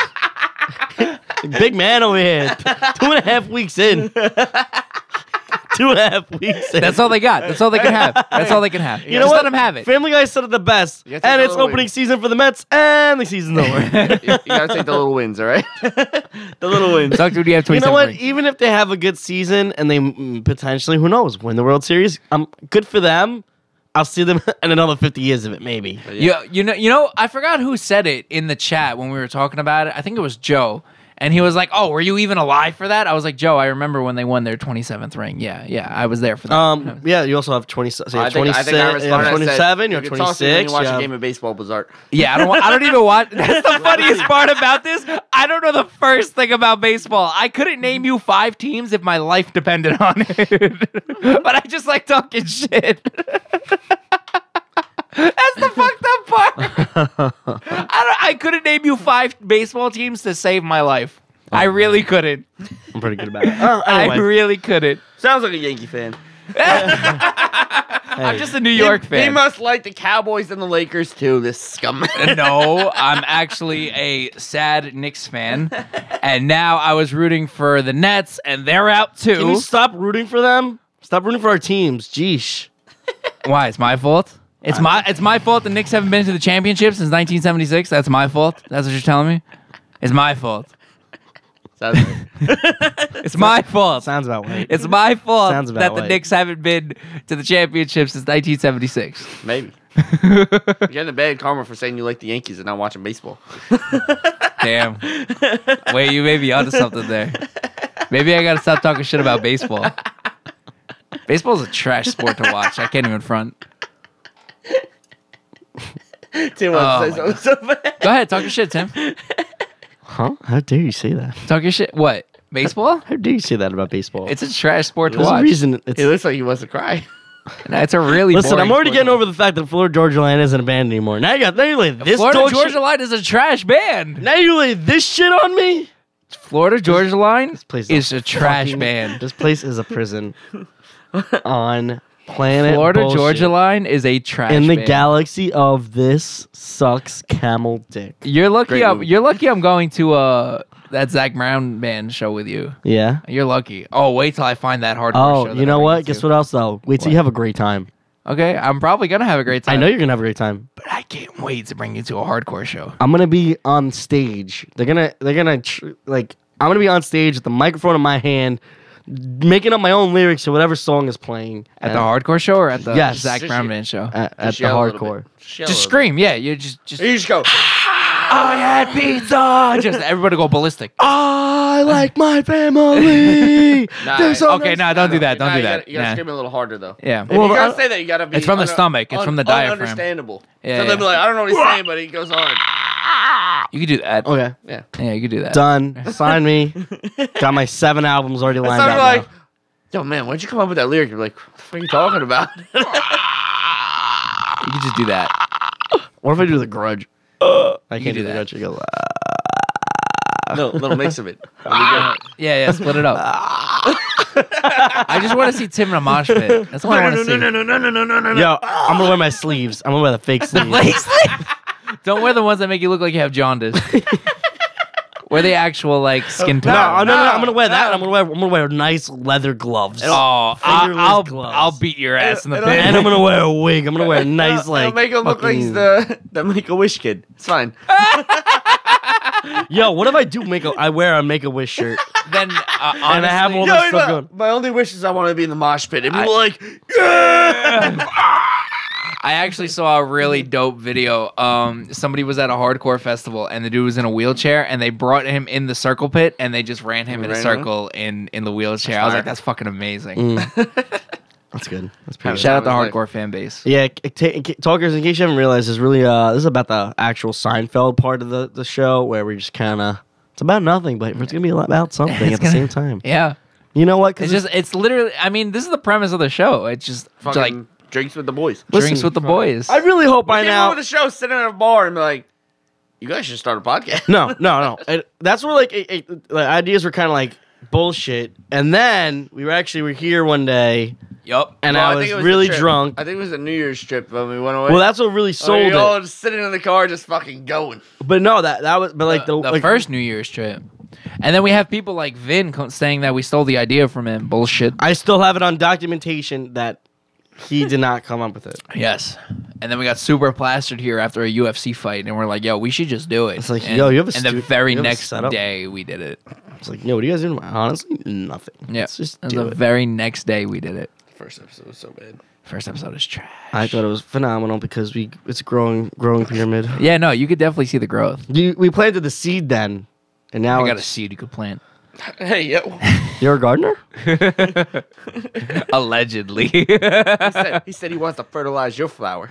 Speaker 1: Big man over here. Two and a half weeks in. Two and a half weeks in.
Speaker 3: That's all they got. That's all they can have. That's all they can have.
Speaker 1: You know
Speaker 3: Just
Speaker 1: what?
Speaker 3: let them have it.
Speaker 1: Family Guy said it the best,
Speaker 4: You gotta take
Speaker 1: and
Speaker 4: the
Speaker 1: it's
Speaker 4: little
Speaker 1: opening
Speaker 4: wins.
Speaker 1: season for the Mets, and the season's over.
Speaker 4: you, you gotta take the little wins, all right? the little wins.
Speaker 3: Talk to me when you have
Speaker 1: you
Speaker 3: 27
Speaker 1: know what?
Speaker 3: rings.
Speaker 1: Even if they have a good season and they mm, potentially, who knows, win the World Series, um, good for them. I'll see them in another 50 years of it, maybe.
Speaker 3: You, you know you know I forgot who said it in the chat when we were talking about it. I think it was Joe. And he was like, "Oh, were you even alive for that?" I was like, "Joe, I remember when they won their 27th ring. Yeah, yeah, I was there for that."
Speaker 1: Um, yeah, you also have 20, so you have 26, you have 27, you have 26.
Speaker 4: watch
Speaker 1: you
Speaker 4: a
Speaker 1: have-
Speaker 4: game of baseball, bizarre.
Speaker 3: yeah, I don't. Want, I don't even watch. That's the funniest part about this. I don't know the first thing about baseball. I couldn't name you five teams if my life depended on it. but I just like talking shit. That's the fucked up part. I, don't, I couldn't name you five baseball teams to save my life. I really couldn't.
Speaker 1: I'm pretty good about it. Oh,
Speaker 3: I
Speaker 1: anyway.
Speaker 3: really couldn't.
Speaker 4: Sounds like a Yankee fan.
Speaker 3: I'm just a New York
Speaker 4: They- They
Speaker 3: fan.
Speaker 4: must like the Cowboys and the Lakers too. This scum.
Speaker 3: no, I'm actually a sad Knicks fan, and now I was rooting for the Nets, and they're out
Speaker 1: Can you
Speaker 3: too.
Speaker 1: stop rooting for them? Stop rooting for our teams. Jeesh.
Speaker 3: Why? It's my fault. It's my it's my fault. The Knicks haven't been to the championship since 1976. That's my fault. That's what you're telling me. It's my fault.
Speaker 4: Sounds like
Speaker 3: It's my fault.
Speaker 1: Sounds about right.
Speaker 3: It's my fault
Speaker 1: Sounds about
Speaker 3: that the
Speaker 1: right.
Speaker 3: Knicks haven't been to the championship since 1976.
Speaker 4: maybe. You're getting a bad karma for saying you like the Yankees and not watching baseball.
Speaker 3: Damn. Wait, you may be onto something there. Maybe I gotta stop talking shit about baseball. Baseball's a trash sport to watch. I can't even front.
Speaker 4: Tim wants
Speaker 3: Oh
Speaker 4: to say something so bad.
Speaker 3: Go ahead, talk your shit, Tim.
Speaker 1: Huh? How dare you say that?
Speaker 3: Talk your shit. What? Baseball?
Speaker 1: How dare you say that about baseball?
Speaker 3: It's a trash sport to
Speaker 1: There's a
Speaker 3: watch.
Speaker 1: reason. It's,
Speaker 4: He looks like he wants to cry.
Speaker 3: No, It's a really
Speaker 1: Listen,
Speaker 3: boring
Speaker 1: I'm already
Speaker 3: sport to
Speaker 1: getting
Speaker 3: watch.
Speaker 1: over the fact that Florida Georgia Line isn't a band anymore. Now you got now you lay this
Speaker 3: Florida
Speaker 1: dog
Speaker 3: Georgia
Speaker 1: shit,
Speaker 3: Line is a trash band.
Speaker 1: Now you lay this shit on me.
Speaker 3: Florida Georgia Line
Speaker 1: place
Speaker 3: is a trash
Speaker 1: Fucking-
Speaker 3: band.
Speaker 1: This place is a prison on planet
Speaker 3: Florida
Speaker 1: bullshit.
Speaker 3: Georgia Line is a trash
Speaker 1: in the
Speaker 3: band.
Speaker 1: galaxy of this sucks camel dick.
Speaker 3: You're lucky.
Speaker 4: Great
Speaker 3: I'm,
Speaker 4: movie.
Speaker 3: you're lucky. I'm going to uh that Zach Brown band show with you.
Speaker 1: Yeah.
Speaker 3: You're lucky. Oh, wait till I find that hardcore.
Speaker 1: Oh,
Speaker 3: show
Speaker 1: you know what? Guess what else though? Wait till
Speaker 3: What?
Speaker 1: you have a great time.
Speaker 3: Okay, I'm probably gonna have a great time.
Speaker 1: I know you're gonna have a great time.
Speaker 3: but I can't wait to bring you to a hardcore show.
Speaker 1: I'm gonna be on stage. They're gonna they're gonna tr- like I'm gonna be on stage with the microphone in my hand, making up my own lyrics to whatever song is playing
Speaker 3: At
Speaker 1: and-
Speaker 3: the hardcore show or at the
Speaker 1: Yes.
Speaker 3: Zach Brown band show?
Speaker 1: at, at
Speaker 4: Just
Speaker 1: the
Speaker 4: yell a little bit.
Speaker 1: hardcore.
Speaker 4: yell
Speaker 3: just
Speaker 4: Uh, a little
Speaker 3: scream, yeah. You just just
Speaker 4: bit. You just go.
Speaker 3: I had pizza. Just everybody go ballistic.
Speaker 4: Oh,
Speaker 1: I like my family.
Speaker 4: Nah,
Speaker 1: There's so
Speaker 3: okay,
Speaker 1: much-
Speaker 3: no, don't do that. Don't
Speaker 4: Nah,
Speaker 3: do
Speaker 4: you
Speaker 3: that.
Speaker 4: gotta- You gotta
Speaker 3: Nah.
Speaker 4: scream a little harder though.
Speaker 3: Yeah.
Speaker 4: If
Speaker 1: Well,
Speaker 4: you gotta
Speaker 1: I-
Speaker 4: say that, you gotta be.
Speaker 3: It's from the stomach. It's from the diaphragm.
Speaker 4: Understandable.
Speaker 3: Yeah,
Speaker 4: so
Speaker 3: yeah.
Speaker 4: they'll be like, I don't know what he's saying, but he goes on.
Speaker 3: You could do that.
Speaker 1: Okay,
Speaker 4: Yeah.
Speaker 3: Yeah, you could do that.
Speaker 1: done. Sign me. Got my seven albums already lined
Speaker 4: Sounded
Speaker 1: up.
Speaker 4: like,
Speaker 1: now.
Speaker 4: yo man, why'd you come up with that lyric? You're like, what the fuck are you talking about?
Speaker 3: You could just do that.
Speaker 1: What if I do the Grudge? I
Speaker 3: can
Speaker 1: can't
Speaker 3: do
Speaker 1: do, the
Speaker 3: that.
Speaker 1: Grudge. I go, "Ah."
Speaker 4: no, little mix of it.
Speaker 3: Yeah, yeah. Split it up. I just want to see Tim in a mosh pit. That's all I want to see.
Speaker 4: no, no, no, no, no, no, no.
Speaker 1: Yo, I'm gonna wear my sleeves. I'm gonna wear the fake sleeves.
Speaker 3: Don't wear the ones that make you look like you have jaundice. wear the actual like skin
Speaker 1: No, no,
Speaker 3: tone.
Speaker 1: Oh, no, no,
Speaker 4: no,
Speaker 1: I'm gonna wear that.
Speaker 4: no.
Speaker 1: and I'm gonna wear. I'm gonna wear nice leather gloves.
Speaker 3: Oh,
Speaker 1: fingerless
Speaker 3: I'll, I'll,
Speaker 1: gloves.
Speaker 3: I'll beat your ass in the
Speaker 4: It'll-
Speaker 3: pit.
Speaker 1: and I'm gonna wear a wig. I'm gonna wear a nice
Speaker 4: It'll-
Speaker 1: like.
Speaker 4: it'll make him look like he's
Speaker 1: fucking-
Speaker 4: the the Make a Wish kid. It's fine.
Speaker 1: Yo, what if I do make a? I wear a Make a Wish shirt.
Speaker 3: then uh,
Speaker 1: I
Speaker 3: honestly,
Speaker 1: have
Speaker 4: Yo,
Speaker 1: all that's
Speaker 4: you
Speaker 1: so
Speaker 4: know,
Speaker 1: good.
Speaker 4: my only wish is I want to be in the mosh pit. And people are like,
Speaker 3: I actually saw a really dope video. Um, somebody was at a hardcore festival and the dude was in a wheelchair and they brought him in the circle pit and they just ran him in a
Speaker 4: Ran him?
Speaker 3: circle in in the wheelchair. I was
Speaker 4: fire.
Speaker 3: like, that's fucking amazing.
Speaker 1: That's good. That's pretty. Good.
Speaker 3: Shout out the
Speaker 4: Sounds
Speaker 3: hardcore
Speaker 4: like-
Speaker 3: fan base.
Speaker 1: Yeah, c- ta- in ca- talkers. In case you haven't realized, is really uh, this is about the actual Seinfeld part of the, the show where we just kind of it's about nothing, but it's gonna be about something
Speaker 3: It's
Speaker 1: at the
Speaker 3: gonna-
Speaker 1: same time.
Speaker 3: Yeah.
Speaker 1: You know what? 'Cause
Speaker 3: It's just it's literally I mean, this is the premise of the show. It's just
Speaker 4: Fucking
Speaker 3: like
Speaker 4: drinks with the boys.
Speaker 1: Listen,
Speaker 3: Drinks with the boys.
Speaker 1: I really hope by
Speaker 4: Came
Speaker 1: now.
Speaker 4: over the show, sitting at a bar, and be like, "You guys should start a podcast."
Speaker 1: no, no, no. It, that's where like it, it, the ideas were kind of like bullshit, and then we were actually were here one day,
Speaker 3: yup.
Speaker 1: and
Speaker 4: Well,
Speaker 1: I,
Speaker 4: think
Speaker 1: was
Speaker 4: it a
Speaker 1: really
Speaker 4: trip.
Speaker 1: drunk.
Speaker 4: I think it was a New Year's trip when we went away.
Speaker 1: well, that's what really sold
Speaker 4: we
Speaker 1: it.
Speaker 4: all just sitting in the car, just fucking going.
Speaker 1: But no, that that was but like the,
Speaker 3: the,
Speaker 1: like,
Speaker 3: first New Year's trip. And then we have people like Vin co- saying that we stole the idea from him. Bullshit.
Speaker 1: I still have it on documentation that he did not come up with it.
Speaker 3: Yes. And then we got super plastered here after a UFC fight, and we're like, "Yo, we should just do it."
Speaker 1: It's like,
Speaker 3: and,
Speaker 1: yo, you have a
Speaker 3: And the
Speaker 1: stu-
Speaker 3: very
Speaker 1: you have a
Speaker 3: next
Speaker 1: setup.
Speaker 3: day, we did it.
Speaker 1: It's like, yo, what are you guys doing? Honestly, nothing.
Speaker 3: Yeah,
Speaker 1: Let's just
Speaker 3: and
Speaker 1: do
Speaker 3: the
Speaker 1: it.
Speaker 3: very next day, we did it.
Speaker 4: First episode was so bad.
Speaker 3: First episode is trash.
Speaker 1: I thought it was phenomenal because we it's a growing growing pyramid.
Speaker 3: Yeah, no, you could definitely see the growth.
Speaker 1: You, we planted the seed then, and now
Speaker 3: I got a
Speaker 1: it's-
Speaker 3: seed you could plant.
Speaker 4: Hey, yo.
Speaker 1: you're a gardener.
Speaker 3: Allegedly.
Speaker 4: He said, he said he wants to fertilize your flower.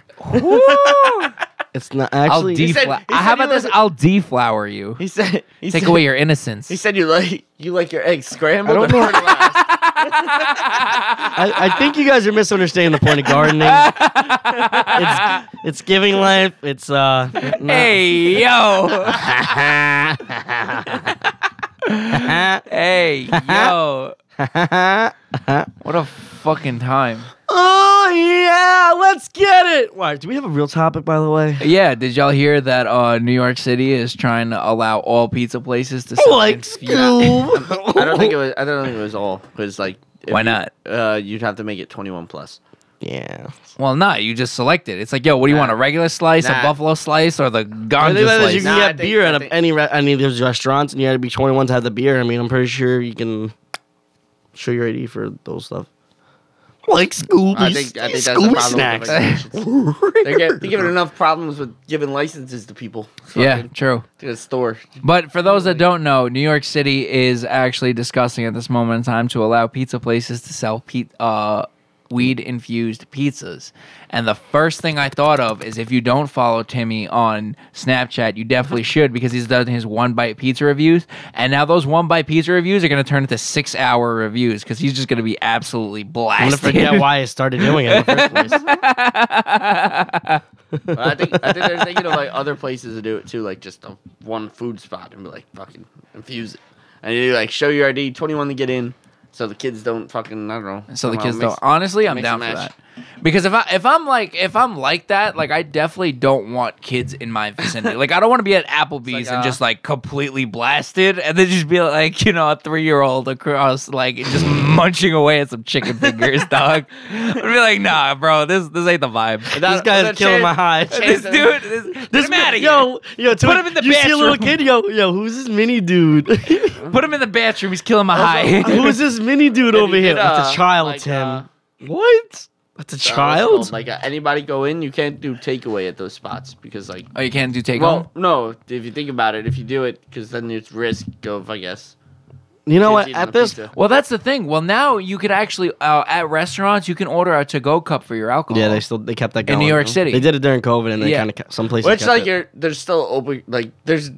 Speaker 1: It's not
Speaker 3: I'll
Speaker 1: actually.
Speaker 4: said-
Speaker 3: deflower.
Speaker 4: he said
Speaker 3: How about
Speaker 4: he
Speaker 3: this?
Speaker 4: was-
Speaker 3: I'll deflower you.
Speaker 4: He said, he
Speaker 3: Take
Speaker 4: said,
Speaker 3: away your innocence.
Speaker 4: He said you like you like your eggs scrambled.
Speaker 1: I don't
Speaker 4: and fertilized.
Speaker 1: I, I think you guys are misunderstanding the point of gardening. it's, it's giving life. It's uh. no.
Speaker 3: hey yo. hey yo. what a fucking time.
Speaker 1: oh yeah, let's get it. Why? Do we have a real topic, by the way?
Speaker 3: Yeah, did y'all hear that uh, New York City is trying to allow all pizza places to sell
Speaker 1: Like
Speaker 3: in fiat?
Speaker 1: Scoob.
Speaker 4: I don't think it was. I don't think it was all because like if
Speaker 3: Why
Speaker 4: you-
Speaker 3: not?
Speaker 4: Uh, you'd have to make it twenty one plus.
Speaker 1: Yeah.
Speaker 3: Well, not. you just select it. It's like, yo, what do you
Speaker 4: Nah.
Speaker 3: want? A regular slice,
Speaker 4: Nah.
Speaker 3: a buffalo slice, or the
Speaker 1: I
Speaker 3: ganja
Speaker 1: think that is, you can
Speaker 3: slice?
Speaker 4: Nah, I
Speaker 1: get
Speaker 4: think-
Speaker 1: beer
Speaker 4: I
Speaker 1: at
Speaker 4: think-
Speaker 1: a, any re- any of those restaurants, and you had to be 21 to have the beer. I mean, I'm pretty sure you can show your ID for those stuff. Like Scooby,
Speaker 4: I think I think that's the problem. With the regulations. they're, get, they're giving enough problems with giving licenses to people. It's
Speaker 3: Yeah,
Speaker 4: fucking-
Speaker 3: true.
Speaker 4: to the store.
Speaker 3: But for those that don't know, New York City is actually discussing at this moment in time to allow pizza places to sell pe- uh, weed infused pizzas. And the first thing I thought of is if you don't follow Timmy on Snapchat, you definitely should because he's done his one bite pizza reviews. And now those one bite pizza reviews are going to turn into six hour reviews because he's just going to be absolutely
Speaker 1: I'm gonna
Speaker 3: blasted.
Speaker 1: forget why I started doing it in the first place.
Speaker 4: But I think I think they're thinking of like other places to do it too, like just a one food spot and be like fucking infuse it, and you like show your ID twenty one to get in, so the kids don't fucking I don't know.
Speaker 3: so the
Speaker 4: somehow
Speaker 3: kids
Speaker 4: mix-
Speaker 3: don't. Honestly, I'm
Speaker 4: mix
Speaker 3: down
Speaker 4: and
Speaker 3: for
Speaker 4: match.
Speaker 3: that. Because if I if I'm like if I'm like that, like I definitely don't want kids in my vicinity. like I don't want to be at Applebee's
Speaker 4: It's like,
Speaker 3: and
Speaker 4: uh,
Speaker 3: just like completely blasted, and then just be like you know a three year old across like just munching away at some chicken fingers, dog. I'd be like, nah, bro, this this ain't the vibe.
Speaker 1: These
Speaker 4: That-
Speaker 1: guys
Speaker 4: that
Speaker 1: are killing
Speaker 4: chance-
Speaker 1: my high.
Speaker 3: This dude, this, this
Speaker 1: mi-
Speaker 3: man, yo,
Speaker 1: yo, yo, to
Speaker 3: Put
Speaker 1: a-
Speaker 3: him in the
Speaker 1: You see a little
Speaker 3: bathroom.
Speaker 1: kid, yo, yo, who's this mini dude?
Speaker 3: put him in the bathroom. He's killing my high.
Speaker 1: who's this mini dude over
Speaker 4: you
Speaker 1: here?
Speaker 4: did,
Speaker 1: That's
Speaker 4: uh,
Speaker 1: a child,
Speaker 4: like,
Speaker 1: Tim.
Speaker 4: uh,
Speaker 1: what? That's a
Speaker 4: Uh, what's it called?
Speaker 1: child.
Speaker 4: Like uh, anybody go in, you can't do takeaway at those spots because like
Speaker 3: oh, you can't do take home.
Speaker 4: well no, if you think about it, if you do it, because then it's risk of I guess.
Speaker 1: You know
Speaker 4: kids
Speaker 1: what?
Speaker 4: eating
Speaker 1: At
Speaker 4: the
Speaker 1: this,
Speaker 4: pizza.
Speaker 3: Well, that's the thing. Well, now you could actually uh, at restaurants you can order a to-go cup for your alcohol.
Speaker 1: yeah, they still they kept that
Speaker 3: In
Speaker 1: going
Speaker 3: New York
Speaker 1: though.
Speaker 3: City.
Speaker 1: They did it during COVID, and they
Speaker 3: Yeah.
Speaker 1: kind of some places.
Speaker 4: Which
Speaker 1: kept
Speaker 4: like
Speaker 1: it.
Speaker 4: you're there's still open like there's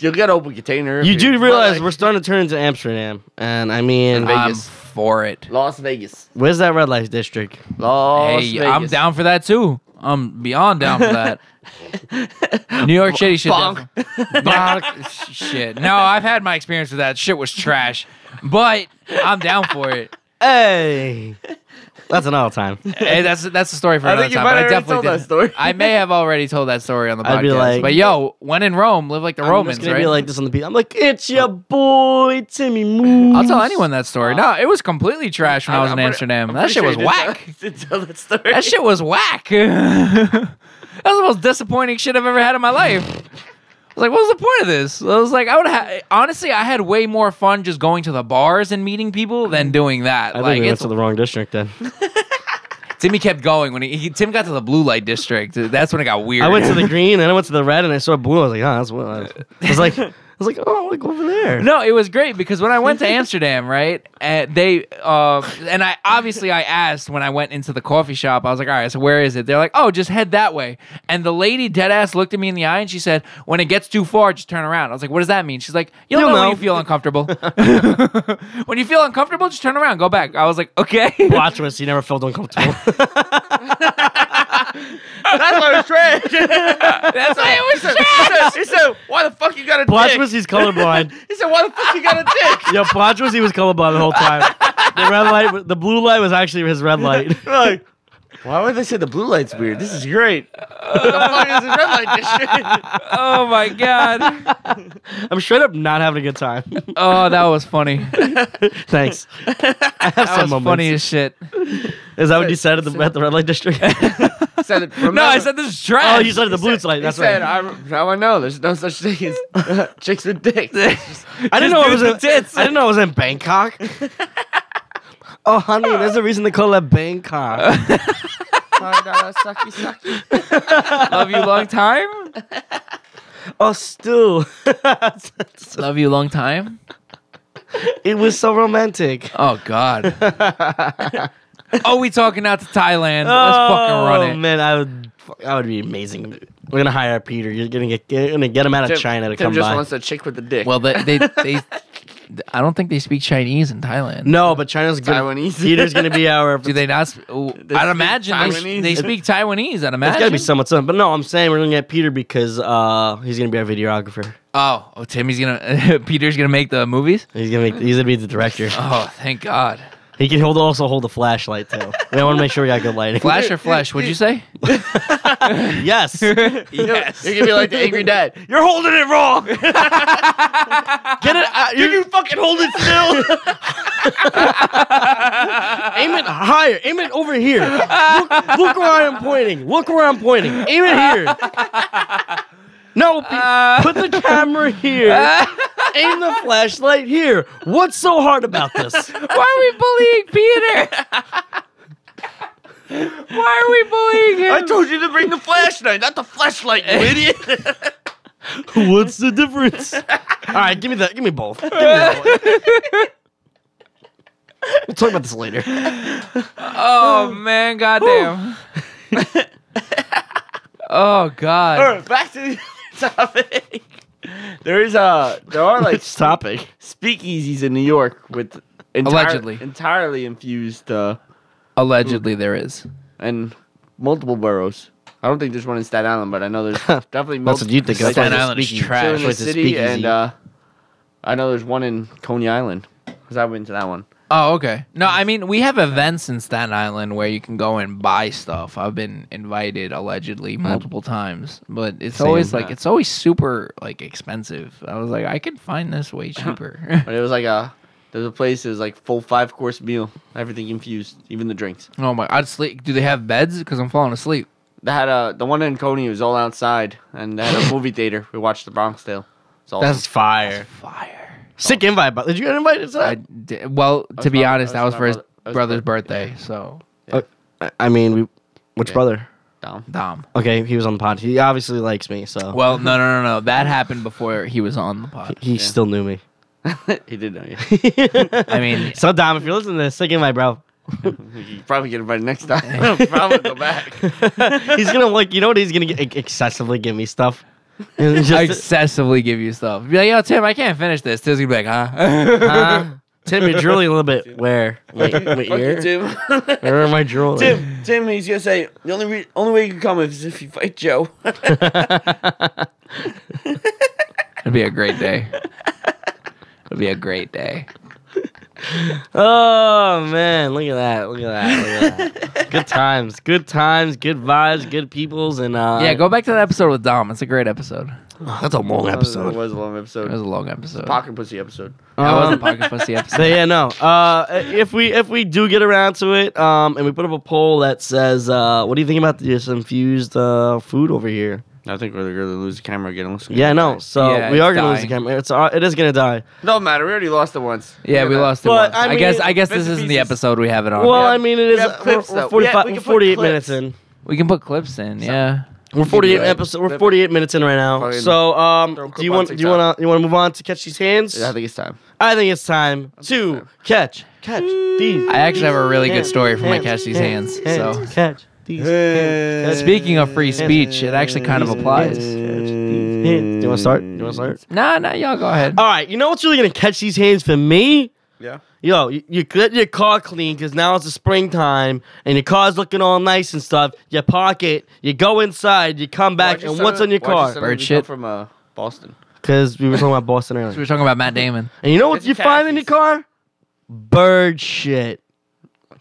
Speaker 4: you'll get open container. if
Speaker 1: You
Speaker 4: you're-
Speaker 1: do
Speaker 4: but,
Speaker 1: realize
Speaker 4: like,
Speaker 1: we're starting to turn into Amsterdam, and I mean,
Speaker 4: Vegas.
Speaker 3: I'm for it.
Speaker 4: Las Vegas.
Speaker 1: where's that red light district?
Speaker 4: Las
Speaker 3: hey,
Speaker 4: Vegas.
Speaker 3: I'm down for that too. I'm beyond down for that. New York City should.
Speaker 4: Bonk.
Speaker 3: definitely- Bonk. Shit. No, I've had my experience with that. Shit was trash, but I'm down for it.
Speaker 1: Hey, that's an all time.
Speaker 3: Hey, that's that's a story for
Speaker 4: I
Speaker 3: another
Speaker 4: think you
Speaker 3: time.
Speaker 4: might
Speaker 3: but I
Speaker 4: have already
Speaker 3: definitely
Speaker 4: told that
Speaker 3: did-
Speaker 4: story.
Speaker 3: I may have already told that story on the podcast.
Speaker 1: I'd be like-
Speaker 3: but yo, when in Rome, live like the
Speaker 1: I'm
Speaker 3: Romans,
Speaker 1: just gonna
Speaker 3: right?
Speaker 1: be like this on the beat. I'm like, it's your boy Timmy Moon.
Speaker 3: I'll
Speaker 4: "Mm,
Speaker 3: tell anyone that story. No, it was completely trash when I, was in
Speaker 4: uh, I'm pretty-
Speaker 3: Amsterdam.
Speaker 4: I'm
Speaker 3: that
Speaker 4: pretty
Speaker 3: shit
Speaker 4: sure
Speaker 3: was
Speaker 4: you did tell- did tell
Speaker 3: whack.
Speaker 4: that story.
Speaker 3: That shit was whack. that was the most disappointing shit I've ever had in my life. I was like, what was the point of this? I was like, I would have honestly, I had way more fun just going to the bars and meeting people than doing that.
Speaker 1: I think
Speaker 3: like,
Speaker 1: we went
Speaker 3: it's,
Speaker 1: to the wrong district then.
Speaker 3: Timmy kept going when he, he Tim got to the blue light district. That's when it got weird.
Speaker 1: "Ah, I went to the green and I went to the red and I saw blue. I was like, oh, that's what. I was like, was like, oh, I want to go over there.
Speaker 3: No, it was great because when I went to Amsterdam, right, and they, uh, and I obviously I asked when I went into the coffee shop, I was like, all right, so where is it? They're like, oh, just head that way. And the lady dead ass looked at me in the eye and she said, when it gets too far, just turn around. I was like, what does that mean? She's like, you'll,
Speaker 1: You'll
Speaker 3: know,
Speaker 1: know.
Speaker 3: when you feel uncomfortable. when you feel uncomfortable, just turn around, go back. I was like, okay.
Speaker 1: Watch us. You never felt uncomfortable.
Speaker 4: That's why it was trash.
Speaker 3: That's why it was.
Speaker 4: he said, "Why the fuck you got a dick?"
Speaker 1: Blotchmas, he's colorblind.
Speaker 4: he said, "Why the fuck you got a dick?"
Speaker 1: Yo, Blotchmas, he was colorblind the whole time. The red light, the blue light was actually his red light.
Speaker 4: like, why would they say the blue light's weird? This is great. What the fuck is this red light district?
Speaker 3: Oh my god.
Speaker 1: I'm straight up not having a good time.
Speaker 3: Oh, that was funny.
Speaker 1: Thanks. I have
Speaker 3: That
Speaker 1: some
Speaker 3: was
Speaker 1: moments.
Speaker 3: funny as shit.
Speaker 1: Is that what you said at the, at the red light district?
Speaker 4: He said,
Speaker 3: No, I
Speaker 4: remember-
Speaker 3: said this is trash.
Speaker 1: oh, you said at the blue light.
Speaker 4: He
Speaker 1: That's
Speaker 4: said,
Speaker 1: right.
Speaker 4: I, now I know there's no such thing as chicks with dicks.
Speaker 1: I didn't know it was in.
Speaker 3: tits.
Speaker 1: I didn't know it was in Bangkok. oh, honey, there's a reason they call it Bangkok.
Speaker 4: sucky, sucky.
Speaker 3: love you long time.
Speaker 1: oh, still.
Speaker 3: Love you long time.
Speaker 1: it was so romantic.
Speaker 3: Oh God. oh, we talking out to Thailand. Let's fucking run it.
Speaker 1: Oh, man, I would. fuck, That would be amazing. We're gonna hire Peter. You're gonna get you're gonna get him out of
Speaker 4: Tim-
Speaker 1: China to
Speaker 4: Tim
Speaker 1: come
Speaker 4: just
Speaker 1: by.
Speaker 4: wants a chick with a dick.
Speaker 3: Well, they, they, they, I don't think they speak Chinese in Thailand.
Speaker 1: no, but China's good.
Speaker 4: Taiwanese.
Speaker 1: Peter's gonna be our.
Speaker 3: Do they not? Sp- oh, I'd
Speaker 4: speak
Speaker 3: imagine they,
Speaker 4: Taiwanese.
Speaker 3: s- they speak Taiwanese. I'd
Speaker 1: It's
Speaker 3: imagine.
Speaker 1: gotta be somewhat something. But no, I'm saying we're gonna get Peter because uh, he's gonna be our videographer.
Speaker 3: oh, oh, Timmy's gonna, Peter's gonna make the movies.
Speaker 1: He's gonna make, he's gonna be the director.
Speaker 3: Oh, thank God.
Speaker 1: He can hold also hold a flashlight too. We want to make sure we got good lighting.
Speaker 3: Flash or flesh? What'd you say?
Speaker 1: yes.
Speaker 4: you know, You're gonna be like the angry dad.
Speaker 1: You're holding it wrong. Get it? out- you you fucking hold it still. Aim it higher. Aim it over here. Look, look where I'm pointing. Look where I'm pointing. Aim it here. No, Pe- put the camera here. Aim the flashlight here. What's so hard about this?
Speaker 3: Why are we bullying Peter? Why are we bullying him?
Speaker 4: I told you to bring the flashlight, not the flashlight, you idiot.
Speaker 1: What's the difference? All right, give me that. Give me both. Give me both. we'll talk about this later.
Speaker 3: Oh man, goddamn. oh
Speaker 4: All
Speaker 3: god.
Speaker 4: right, back to the topic. There is a there are like
Speaker 1: It's topic.
Speaker 4: speakeasies in New York with entire,
Speaker 3: Allegedly.
Speaker 4: entirely infused uh,
Speaker 3: Allegedly there is.
Speaker 4: and multiple boroughs. I don't think there's one in Staten Island, but I know there's definitely multiple.
Speaker 1: That's what you think.
Speaker 4: like,
Speaker 1: That's why
Speaker 3: Staten
Speaker 1: it's a
Speaker 3: Island is
Speaker 1: speakeasy.
Speaker 3: trash.
Speaker 4: two
Speaker 1: That's
Speaker 4: in
Speaker 1: why
Speaker 4: the
Speaker 1: it's a
Speaker 4: city, and
Speaker 1: speakeasy.
Speaker 4: uh, I know there's one in Coney Island because I went to that one.
Speaker 3: Oh, okay. No, I mean we have events in Staten Island where you can go and buy stuff. I've been invited allegedly multiple times, but it's always like it's always super like expensive. I was like, I could find this way cheaper.
Speaker 4: But it was like a there's a place that was like full five course meal, everything infused, even the drinks.
Speaker 3: oh my, I'd sleep. Do they have beds? Because I'm falling asleep.
Speaker 4: They had a the one in Coney was all outside, and they had a movie theater. We watched The Bronx Tale. It's awesome.
Speaker 1: That's fire.
Speaker 3: Fire.
Speaker 1: Sick invite, but did you get invited to
Speaker 3: I
Speaker 1: that?
Speaker 3: di- well, to be
Speaker 4: my-
Speaker 3: honest,
Speaker 4: that
Speaker 3: that
Speaker 4: was
Speaker 3: was for
Speaker 4: my
Speaker 3: his
Speaker 4: brother- that was
Speaker 3: brother's
Speaker 4: brother-
Speaker 3: birthday. So
Speaker 1: I, uh, I mean, we, which
Speaker 4: Yeah.
Speaker 1: brother?
Speaker 4: Dumb.
Speaker 3: Dom.
Speaker 1: Okay, he was on the pod. He obviously likes me, so
Speaker 3: Well, no, no, no, no. That happened before he was on the pod.
Speaker 1: he still knew me.
Speaker 4: he did know you.
Speaker 3: I mean,
Speaker 1: so Dom, if you're listening to this, sick invite, bro.
Speaker 4: You probably get invited next time. probably go back.
Speaker 1: he's gonna like, you know what? He's gonna get, excessively give me stuff. And it's
Speaker 3: I
Speaker 1: just,
Speaker 3: excessively give you stuff. Be like, yo, Tim, I can't finish this. Tim's gonna be like, huh?
Speaker 1: huh? uh, Tim, you're drooling a little bit. Where? Wait, wait,
Speaker 4: Fuck you,
Speaker 1: where?
Speaker 4: Tim.
Speaker 1: Where am I drooling?
Speaker 4: Tim, Tim, he's gonna say the only re- only way you can come is if you fight Joe.
Speaker 3: It'd be a great day. It'd be a great day.
Speaker 1: Oh man, look at that! Look at that! Look at that! good times, good times, good vibes, good peoples, and uh,
Speaker 3: Yeah, go back to that episode with Dom. It's a great episode.
Speaker 1: that's a long
Speaker 4: It
Speaker 1: episode.
Speaker 4: was a long episode.
Speaker 3: It was a long episode.
Speaker 4: Pocket pussy episode.
Speaker 3: That was
Speaker 1: Uh,
Speaker 3: a pocket pussy
Speaker 1: so
Speaker 3: episode.
Speaker 1: yeah, no. Uh, if we if we do get around to it, um, and we put up a poll that says, uh, what do you think about this infused uh food over here?
Speaker 4: I think we're gonna lose the camera again. Looks
Speaker 1: Yeah, no. So
Speaker 3: Yeah,
Speaker 1: we
Speaker 3: it's
Speaker 1: are gonna lose the
Speaker 3: dying.
Speaker 1: camera. It's uh, it is gonna die.
Speaker 4: No matter. We already lost it once.
Speaker 3: Yeah, we lost it.
Speaker 1: But,
Speaker 3: once.
Speaker 1: I
Speaker 3: I,
Speaker 1: mean,
Speaker 3: guess. I guess
Speaker 4: bits
Speaker 3: this
Speaker 4: and
Speaker 3: isn't the
Speaker 4: pieces.
Speaker 3: episode we have it on.
Speaker 1: Well,
Speaker 4: have-
Speaker 1: I mean, it is.
Speaker 4: we have clips,
Speaker 1: we're,
Speaker 4: though.
Speaker 1: we're 45
Speaker 4: Yeah, we
Speaker 1: we're
Speaker 4: can put
Speaker 1: 48
Speaker 4: clips.
Speaker 1: minutes in.
Speaker 3: we can put clips in. Yeah.
Speaker 1: We're 48
Speaker 4: right.
Speaker 1: episode. We're 48 minutes in right now.
Speaker 4: Fucking
Speaker 1: So,
Speaker 4: throw
Speaker 1: um, do you
Speaker 4: coupons
Speaker 1: want do
Speaker 4: six
Speaker 1: you want to you want to move on to catch these hands?
Speaker 4: Yeah, I think it's time.
Speaker 1: I think it's time to catch catch these.
Speaker 3: I actually have a really good
Speaker 1: hands,
Speaker 3: story from my
Speaker 1: hands,
Speaker 3: catch these
Speaker 1: hands,
Speaker 3: hands.
Speaker 1: hands,
Speaker 3: So
Speaker 1: catch these. hands, catch
Speaker 3: speaking of free speech, it actually kind of
Speaker 1: these hands,
Speaker 3: applies.
Speaker 1: catch these hands. Do you want to start? Do you want to start?
Speaker 3: Nah, nah, y'all go ahead.
Speaker 1: All right. You know what's really gonna catch these hands for me?
Speaker 4: Yeah.
Speaker 1: Yo, you, you get your car clean because now it's the springtime and your car's looking all nice and stuff. You park it, you go inside, you come back, and what's on your car?
Speaker 3: Bird shit.
Speaker 4: from uh, Boston.
Speaker 1: Because we were talking about Boston
Speaker 3: We
Speaker 1: earlier.
Speaker 3: were talking about Matt Damon.
Speaker 1: And you know what
Speaker 4: It's
Speaker 1: you find in your
Speaker 4: khakis.
Speaker 1: car? Bird shit.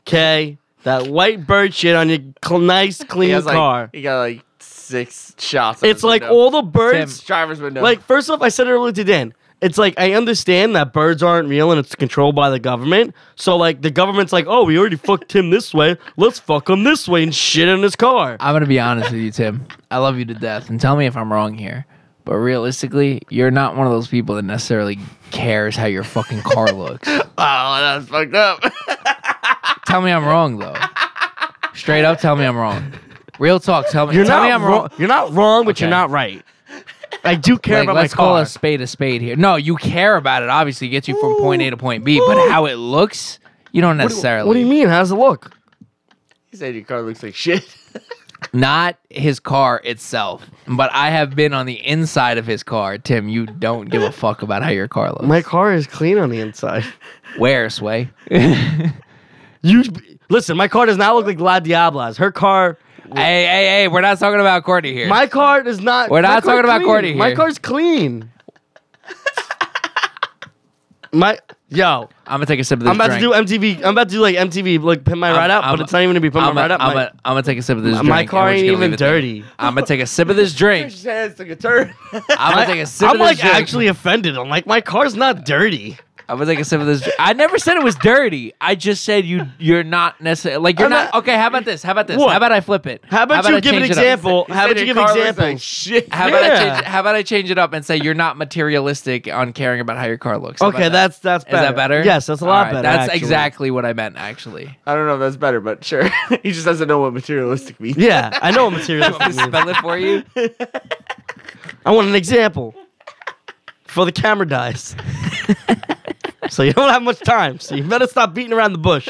Speaker 1: Okay? That white bird shit on your cl- nice,
Speaker 4: He
Speaker 1: clean
Speaker 4: has, like,
Speaker 1: car.
Speaker 4: He got like six shots. on
Speaker 1: it's
Speaker 4: his
Speaker 1: like
Speaker 4: window.
Speaker 1: all the birds.
Speaker 4: driver's window.
Speaker 1: Like, first off, I said it earlier to Dan. It's like I understand that birds aren't real and it's controlled by the government. So like the government's like, oh, we already fucked him this way. Let's fuck him this way and shit in his car.
Speaker 3: I'm gonna be honest with you, Tim. I love you to death, and tell me if I'm wrong here. But realistically, you're not one of those people that necessarily cares how your fucking car looks.
Speaker 4: wow, that was Oh, fucked up.
Speaker 3: tell me I'm wrong though. Straight up, tell me I'm wrong. Real talk, tell me.
Speaker 1: You're
Speaker 3: tell
Speaker 1: not
Speaker 3: me I'm
Speaker 1: wrong. You're not wrong, but you're
Speaker 3: Okay.
Speaker 1: not right. I do care
Speaker 3: Like,
Speaker 1: about
Speaker 3: let's
Speaker 1: my
Speaker 3: call
Speaker 1: car.
Speaker 3: a spade a spade here. No, you care about it. Obviously, it gets you from point A to point B. But how it looks, you don't necessarily.
Speaker 1: What do you mean? How does it look?
Speaker 4: he said your car looks like shit.
Speaker 3: Not his car itself, but I have been on the inside of his car. Tim, you don't give a fuck about how your car looks.
Speaker 1: My car is clean on the inside.
Speaker 3: Where Sway?
Speaker 1: You listen. My car does not look like La Diabla's. Her car.
Speaker 3: Hey, hey, hey, we're not talking about Courtney here.
Speaker 1: My car does not.
Speaker 3: We're
Speaker 1: my
Speaker 3: not
Speaker 1: car
Speaker 3: talking about
Speaker 1: clean.
Speaker 3: Courtney
Speaker 1: My
Speaker 3: here.
Speaker 1: car's clean. my yo.
Speaker 3: I'm gonna take a sip of this
Speaker 1: I'm about
Speaker 3: drink.
Speaker 1: to do MTV. I'm about to do like MTV, like pin my
Speaker 3: I'm-
Speaker 1: ride up,
Speaker 3: I'm-
Speaker 1: but it's not even gonna be pin my
Speaker 3: I'm
Speaker 1: ride
Speaker 3: gonna
Speaker 1: up.
Speaker 3: I'm
Speaker 1: my
Speaker 3: gonna- I'm gonna take a sip of this
Speaker 1: my
Speaker 3: drink. and
Speaker 1: car
Speaker 3: we're just
Speaker 1: ain't
Speaker 3: gonna leave
Speaker 1: even
Speaker 3: it there.
Speaker 1: dirty.
Speaker 3: I'm gonna take a sip of this drink.
Speaker 4: His hands took a turn.
Speaker 3: I'm gonna take a sip
Speaker 1: I'm
Speaker 3: of this
Speaker 1: like
Speaker 3: drink.
Speaker 1: actually offended. I'm like my car's not dirty.
Speaker 3: I'm gonna take a sip of this. Drink. I never said it was dirty. I just said you you're not necessarily like you're
Speaker 1: I'm
Speaker 3: not,
Speaker 1: not-
Speaker 3: okay. How about this? How about this?
Speaker 1: What?
Speaker 3: How about I flip it?
Speaker 1: How about,
Speaker 3: I
Speaker 1: you give an
Speaker 3: change it up?
Speaker 1: example? How about
Speaker 4: Said
Speaker 1: you
Speaker 4: your
Speaker 1: give
Speaker 4: car looks
Speaker 1: examples?
Speaker 4: Like shit.
Speaker 3: How about I
Speaker 1: Yeah.
Speaker 3: change? How about I change it up and say you're not materialistic on caring about how your car looks? How about
Speaker 1: okay,
Speaker 3: that?
Speaker 1: that's that's
Speaker 3: Is
Speaker 1: better.
Speaker 3: that better?
Speaker 1: Yes, that's a
Speaker 3: All
Speaker 1: lot
Speaker 3: right,
Speaker 1: better.
Speaker 3: That's
Speaker 1: actually.
Speaker 3: exactly what I meant, actually.
Speaker 4: I don't know if that's better, but sure. he just doesn't know what materialistic means.
Speaker 1: Yeah, I know what material.
Speaker 3: Want me to spell it for you?
Speaker 1: I want an example before the camera dies. so you don't have much time. So you better stop beating around the bush.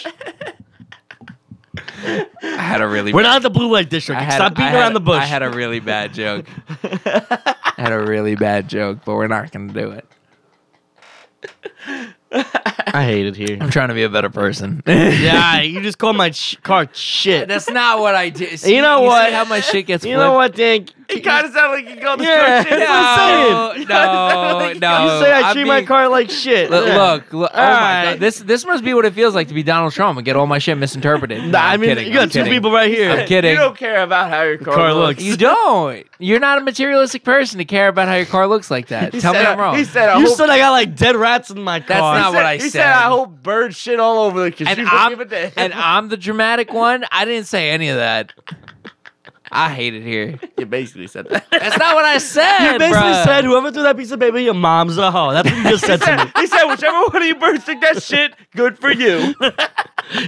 Speaker 3: I had a really.
Speaker 1: We're not in the blue light district.
Speaker 3: I had-
Speaker 1: Stop beating
Speaker 3: I had-
Speaker 1: around the bush.
Speaker 3: I had a really bad joke. I had a really bad joke, but we're not gonna do it.
Speaker 1: I hate it here.
Speaker 3: I'm trying to be a better person.
Speaker 1: yeah, you just called my sh- car shit.
Speaker 3: That's not what I did.
Speaker 1: You know what?
Speaker 3: See how my shit gets.
Speaker 1: You know
Speaker 3: flipped?
Speaker 1: what, Dan?
Speaker 4: He kind of sounded like he called the yeah.
Speaker 1: Yeah.
Speaker 4: shit.
Speaker 1: That's what I'm saying.
Speaker 3: No, no, no.
Speaker 1: you say I
Speaker 3: I'm
Speaker 1: treat my
Speaker 3: being-
Speaker 1: car like shit.
Speaker 3: Oh, Look,
Speaker 1: Yeah.
Speaker 3: look, look oh my
Speaker 1: Alright.
Speaker 3: god, this this must be what it feels like to be Donald Trump and get all my shit misinterpreted. No,
Speaker 1: Nah, I
Speaker 3: I'm
Speaker 1: mean,
Speaker 3: kidding,
Speaker 1: you got
Speaker 3: I'm
Speaker 1: two
Speaker 3: kidding.
Speaker 1: people right here.
Speaker 3: I'm kidding.
Speaker 4: You don't care about how your car,
Speaker 1: car
Speaker 4: looks.
Speaker 1: looks.
Speaker 3: You don't. You're not a materialistic person to care about how your car looks like that.
Speaker 4: He
Speaker 3: Tell me
Speaker 4: said-
Speaker 3: I'm wrong.
Speaker 4: He said, I
Speaker 1: You
Speaker 4: hope,
Speaker 1: said I got like dead rats in my car.
Speaker 3: That's not what I
Speaker 4: he
Speaker 3: said.
Speaker 4: said, I hope bird shit all over the kitchen.
Speaker 3: and I'm
Speaker 4: give a damn.
Speaker 3: and I'm the dramatic one. I didn't say any of that. I hate it here.
Speaker 4: you basically said that.
Speaker 3: That's not what I said.
Speaker 1: You basically
Speaker 3: bruh.
Speaker 1: said whoever threw that piece of paper, your mom's a hoe. That's what you just said to me.
Speaker 4: he said, whichever one of you birds took that shit, good for you.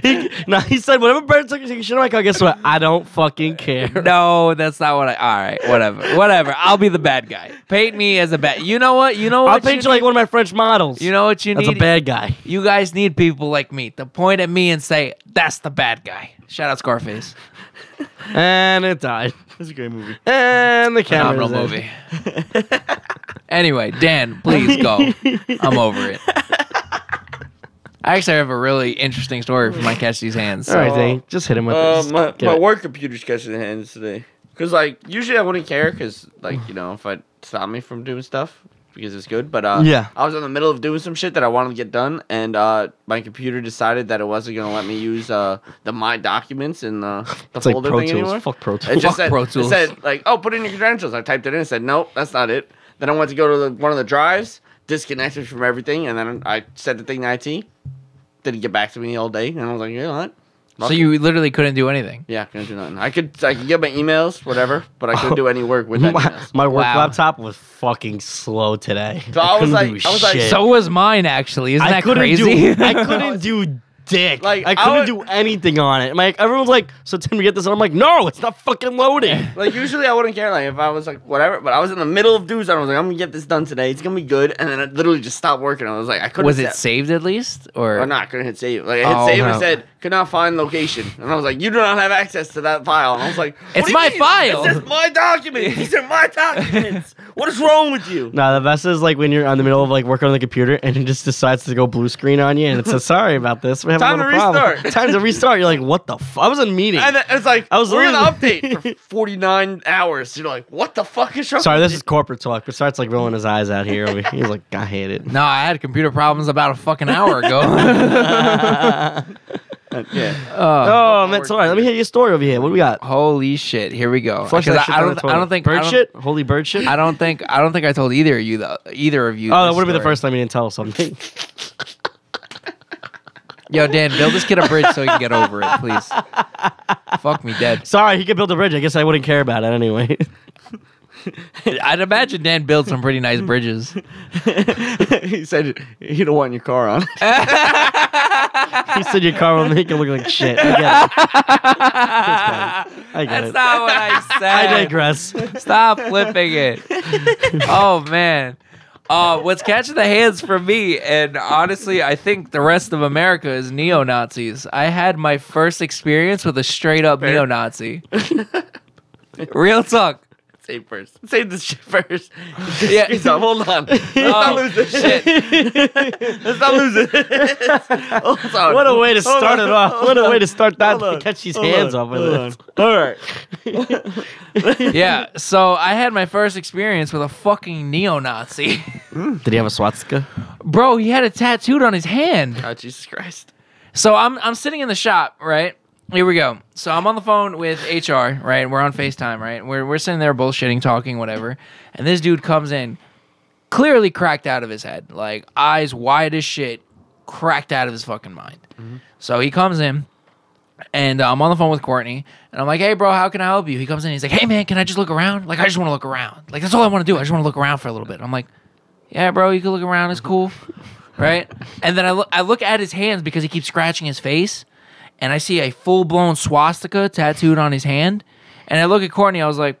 Speaker 1: He, no, he said whatever bird took took shit in my car. Guess what? I don't fucking care.
Speaker 3: No, that's not what I. All right, whatever, whatever. I'll be the bad guy. Paint me as a bad. You know what? You know what?
Speaker 1: I'll paint you like one of my French models.
Speaker 3: need? You know what you
Speaker 1: that's
Speaker 3: need.
Speaker 1: a bad guy.
Speaker 3: you guys need people like me to point at me and say, "That's the bad guy." Shout out Scarface.
Speaker 1: And it died.
Speaker 4: It's a great movie.
Speaker 1: And the camera.
Speaker 3: Phenomenal movie. anyway, Dan, please go. I'm over it. I actually have a really interesting story for my catch these hands.
Speaker 1: All
Speaker 3: So.
Speaker 1: right, Zane, just hit him with
Speaker 4: Uh,
Speaker 1: this.
Speaker 4: my
Speaker 1: Get
Speaker 4: my
Speaker 1: it.
Speaker 4: work computer's catching the hands today. Cause like usually I wouldn't care, cause like you know if I stop me from doing stuff because it's good. But uh,
Speaker 1: Yeah.
Speaker 4: I was in the middle of doing some shit that I wanted to get done, and uh, my computer decided that it wasn't gonna let me use uh the my documents and uh, the
Speaker 1: It's like
Speaker 4: folder
Speaker 1: Pro
Speaker 4: thing anymore.
Speaker 1: Tools. Fuck Pro
Speaker 4: It
Speaker 1: Tools.
Speaker 4: just
Speaker 3: Fuck
Speaker 4: said,
Speaker 3: Pro
Speaker 4: it
Speaker 3: Tools.
Speaker 4: said like, oh, put in your credentials. I typed it in. and said, nope, that's not it. Then I went to go to the, one of the drives, disconnected from everything, and then I sent the thing to IT. Didn't get back to me all day, and I was like, you know what?
Speaker 3: So you literally couldn't do anything.
Speaker 4: Yeah, couldn't do nothing. I could I could get my emails, whatever, but I couldn't do any work with that.
Speaker 1: My,
Speaker 4: emails.
Speaker 1: my work
Speaker 3: Wow.
Speaker 1: laptop was fucking slow today.
Speaker 4: So I was
Speaker 1: couldn't
Speaker 4: like-
Speaker 1: do
Speaker 4: I was like,
Speaker 1: shit.
Speaker 3: So was mine actually. Isn't
Speaker 1: I
Speaker 3: that
Speaker 1: couldn't
Speaker 3: crazy?
Speaker 1: do. I couldn't do dick.
Speaker 4: Like,
Speaker 1: Like I
Speaker 4: I
Speaker 1: couldn't
Speaker 4: would-
Speaker 1: do anything on it. Like everyone's like, "So Tim, we get this," and I'm like, "No, it's not fucking loading."
Speaker 4: Like usually I wouldn't care. Like if I was like whatever, but I was in the middle of dudes. I was like, I'm gonna get this done today. It's gonna be good. And then I literally just stopped working. I was like, I couldn't.
Speaker 3: Was it
Speaker 4: sa-
Speaker 3: saved at least, or
Speaker 4: Or not? Couldn't hit save. Like I hit
Speaker 3: Oh,
Speaker 4: save and
Speaker 3: no.
Speaker 4: it said could not find location. And I was like, you do not have access to that file. And I was like, what
Speaker 3: It's
Speaker 4: do you
Speaker 3: my
Speaker 4: mean?
Speaker 3: file.
Speaker 4: This is my document. These are my documents. what is wrong with you?
Speaker 1: Nah, the best is like when you're on the middle of like working on the computer and it just decides to go blue screen on you and it says, "Sorry about this, we're having
Speaker 4: Time
Speaker 1: a
Speaker 4: to
Speaker 1: little problem."
Speaker 4: restart.
Speaker 1: Time to restart. You're like, "What the? F-? I was in a meeting."
Speaker 4: And then it's like
Speaker 1: I was
Speaker 4: we're gonna
Speaker 1: literally-
Speaker 4: update for 49 hours. You're like, what the fuck is wrong?
Speaker 1: Sorry,
Speaker 4: with
Speaker 1: this is corporate talk. But starts like rolling his eyes out here. Over- He's like, "I hate it."
Speaker 3: no? I had computer problems about a fucking hour ago.
Speaker 4: you?" yeah.
Speaker 3: Oh,
Speaker 1: Oh man, sorry. Let me hear your story over here. What do we got?
Speaker 3: holy shit! Here we go.
Speaker 1: Flush
Speaker 3: 'Cause
Speaker 1: that shit
Speaker 3: I, I
Speaker 1: down
Speaker 3: don't.
Speaker 1: the
Speaker 3: I
Speaker 1: toilet.
Speaker 3: don't think. I
Speaker 1: bird
Speaker 3: don't-
Speaker 1: shit. Holy bird shit.
Speaker 3: I don't think. I don't think I told either of you though. Either of you.
Speaker 1: oh, that
Speaker 3: this
Speaker 1: would have been the
Speaker 3: story.
Speaker 1: first time you didn't tell us something.
Speaker 3: Yo, Dan, build this kid a bridge so he can get over it, please. Fuck me dead.
Speaker 1: sorry, he could build a bridge. I guess I wouldn't care about it anyway.
Speaker 3: I'd imagine Dan built some pretty nice bridges.
Speaker 4: he said he don't want your car on.
Speaker 1: he said your car will make it look like shit. I get it. That's fine. I get it.
Speaker 3: That's not what I said.
Speaker 1: I digress.
Speaker 3: Stop flipping it. oh man. Uh, what's catching the hands for me, and honestly, I think the rest of America is neo Nazis. I had my first experience with a straight up neo Nazi. Real talk.
Speaker 4: Save first. Save this shit first.
Speaker 3: Yeah.
Speaker 4: Excuse me, hold on. Let's not
Speaker 3: Oh,
Speaker 4: lose this shit. Let's not lose it. Hold on.
Speaker 1: What a way to
Speaker 4: Hold
Speaker 1: start
Speaker 4: on.
Speaker 1: it off. What a way to start that.
Speaker 4: Hold on.
Speaker 1: Catch these
Speaker 4: Hold
Speaker 1: hands
Speaker 4: on.
Speaker 1: off with
Speaker 4: Hold
Speaker 1: it.
Speaker 4: on. All right.
Speaker 3: Yeah. So I had my first experience with a fucking neo Nazi.
Speaker 1: Did he have a swastika?
Speaker 3: Bro, he had it tattooed on his hand.
Speaker 4: Oh Jesus Christ.
Speaker 3: So I'm I'm sitting in the shop, right? Here we go. So I'm on the phone with HR, right? We're on FaceTime, right? We're we're sitting there bullshitting, talking, whatever. And this dude comes in, clearly cracked out of his head, like eyes wide as shit, cracked out of his fucking mind. So he comes in, and uh, I'm on the phone with Courtney, and I'm like, "Hey, bro, how can I help you?" He comes in, he's like, "Hey, man, can I just look around? Like, I just want to look around. Like, that's all I want to do. I just want to look around for a little bit." I'm like, "Yeah, bro, you can look around. It's cool." right? And then I look, I look at his hands because he keeps scratching his face, and I see a full blown swastika tattooed on his hand. And I look at Courtney, I was like,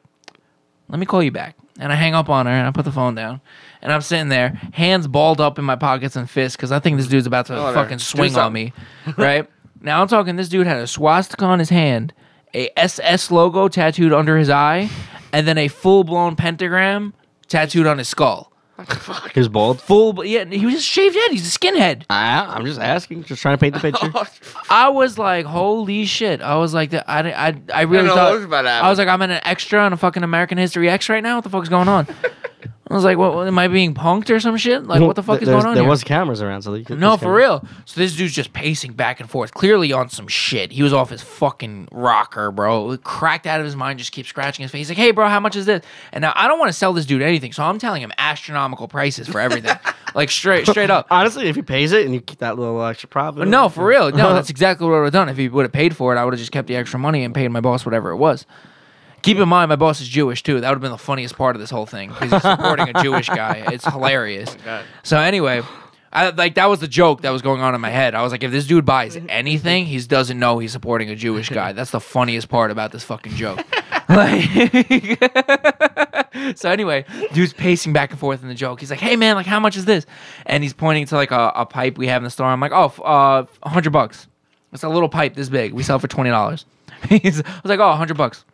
Speaker 3: let me call you back. And I hang up on her and I put the phone down. And I'm sitting there, hands balled up in my pockets and fists, because I think this dude's about to
Speaker 4: Whatever.
Speaker 3: fucking
Speaker 4: Do
Speaker 3: swing on me. Right? now I'm talking, this dude had a swastika on his hand, a SS logo tattooed under his eye, and then a full blown pentagram tattooed on his skull.
Speaker 1: He was bald.
Speaker 3: Full, yeah, he was a shaved head. He's a skinhead.
Speaker 1: I, I'm just asking, just trying to paint the picture.
Speaker 3: I was like, holy shit! I was like, I, di- I, I really
Speaker 4: know
Speaker 3: thought.
Speaker 4: what was about to happen.
Speaker 3: I was like, I'm in an extra on a fucking American History X right now. What the fuck is going on? I was like, what? what- Am I being punked or some shit? Like, what the fuck is
Speaker 1: There's-
Speaker 3: going on?
Speaker 1: There
Speaker 3: here?
Speaker 1: was cameras around, so they could-
Speaker 3: no,
Speaker 1: there's
Speaker 3: for
Speaker 1: cameras.
Speaker 3: real. So this dude's just pacing back and forth, clearly on some shit. He was off his fucking rocker, bro. Cracked out of his mind, just keeps scratching his face. He's like, hey, bro, how much is this? And now I don't want to sell this dude anything, so I'm telling him astronomical prices for everything, like straight, straight up.
Speaker 1: Honestly, if he pays it and you keep that little extra profit,
Speaker 3: No, for real. No, that's exactly what I would have done. If he would have paid for it, I would have just kept the extra money and paid my boss whatever it was. Keep in mind, my boss is Jewish too. That would have been the funniest part of this whole thing because he's supporting a Jewish guy. It's hilarious. so anyway, I, like that was the joke that was going on in my head. I was like, if this dude buys anything, he doesn't know he's supporting a Jewish guy. That's the funniest part about this fucking joke. like, so anyway, dude's pacing back and forth in the joke. He's like, "Hey man, like how much is this?" And he's pointing to like a, a pipe we have in the store. I'm like, "Oh, f- uh, hundred bucks." It's a little pipe this big. We sell it for twenty dollars. He's, I was like, "Oh, hundred bucks."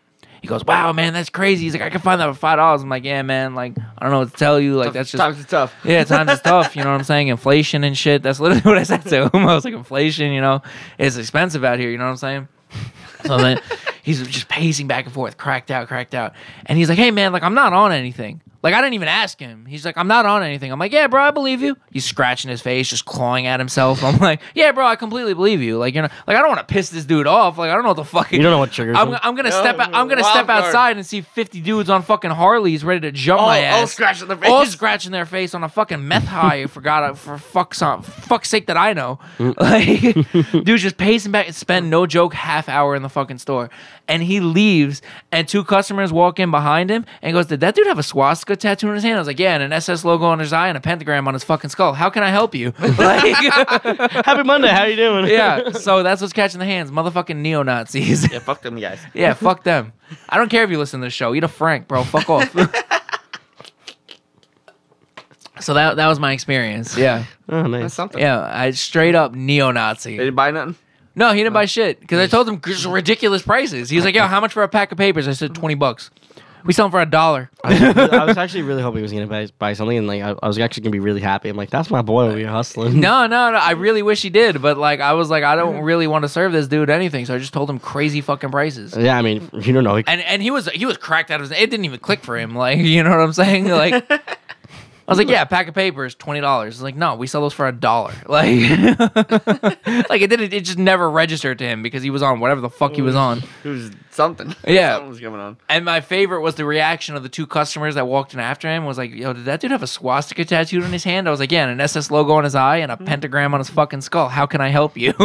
Speaker 3: He goes, "Wow, man, that's crazy." He's like, "I can find that for five dollars." I'm like, "Yeah, man. Like, I don't know what to tell you. Like, that's just
Speaker 4: times are tough.
Speaker 3: yeah, times is tough. You know what I'm saying? Inflation and shit. That's literally what I said to him. I was like, inflation, you know, it's expensive out here. You know what I'm saying? So then he's just pacing back and forth, cracked out, cracked out. And he's like, hey, man, like, I'm not on anything. Like, I didn't even ask him. He's like, I'm not on anything. I'm like, yeah, bro, I believe you. He's scratching his face, just clawing at himself. I'm like, yeah, bro, I completely believe you. Like, you know, like, I don't want to piss this dude off. Like, I don't know what the fuck.
Speaker 1: You don't know what triggers
Speaker 3: I'm,
Speaker 1: him.
Speaker 3: I'm gonna step. out I'm gonna
Speaker 4: Wild
Speaker 3: step
Speaker 4: card. Oh,
Speaker 3: outside and see 50 dudes on fucking Harleys ready to jump
Speaker 4: All,
Speaker 3: my
Speaker 4: all
Speaker 3: ass
Speaker 4: scratch on the face.
Speaker 3: all scratching their face on a fucking meth high. I forgot for fuck's on fuck's sake that I know. Like, dude, just pacing back and spend no joke half hour in the fucking store, and he leaves, and two customers walk in behind him and goes, "Did that dude have a swastika a tattoo on his hand. I was like, yeah, and an SS logo on his eye and a pentagram on his fucking skull. How can I help you? Like,
Speaker 1: Happy Monday. How you doing?
Speaker 3: yeah. So that's what's catching the hands, motherfucking neo Nazis.
Speaker 4: Yeah, fuck them guys.
Speaker 3: yeah, fuck them. I don't care if you listen to the show. Eat a Frank, bro. Fuck off. so that that was my experience. Yeah,
Speaker 1: Oh,
Speaker 4: That's
Speaker 1: nice.
Speaker 4: something.
Speaker 3: yeah. I straight up neo
Speaker 4: They
Speaker 3: Nazi.
Speaker 4: didn't buy nothing.
Speaker 3: No, he didn't buy shit because I told him just ridiculous prices. He was like, "Yo, how much for a pack of papers?" I said twenty bucks. We sell them for a dollar.
Speaker 1: I was, I was actually really hoping he was gonna buy, buy something, and like I, I was actually gonna be really happy. I'm like, that's my boy over here hustling.
Speaker 3: No, no, no. I really wish he did, but like I was like, I don't really want to serve this dude anything, so I just told him crazy fucking prices.
Speaker 1: Yeah, I mean, you don't know.
Speaker 3: And and he was he was cracked out of his. It didn't even click for him. Like you know what I'm saying? Like I was like, yeah, a pack of papers, twenty dollars. Like no, we sell those for a dollar. Like like it didn't. It just never registered to him because he was on whatever the fuck he was on.
Speaker 4: It was something.
Speaker 3: Yeah.
Speaker 4: something was going on.
Speaker 3: And my favorite was the reaction of the two customers that walked in after him was like, yo, did that dude have a swastika tattooed on his hand? I was like, yeah, and an SS logo on his eye and a pentagram on his fucking skull. How can I help you?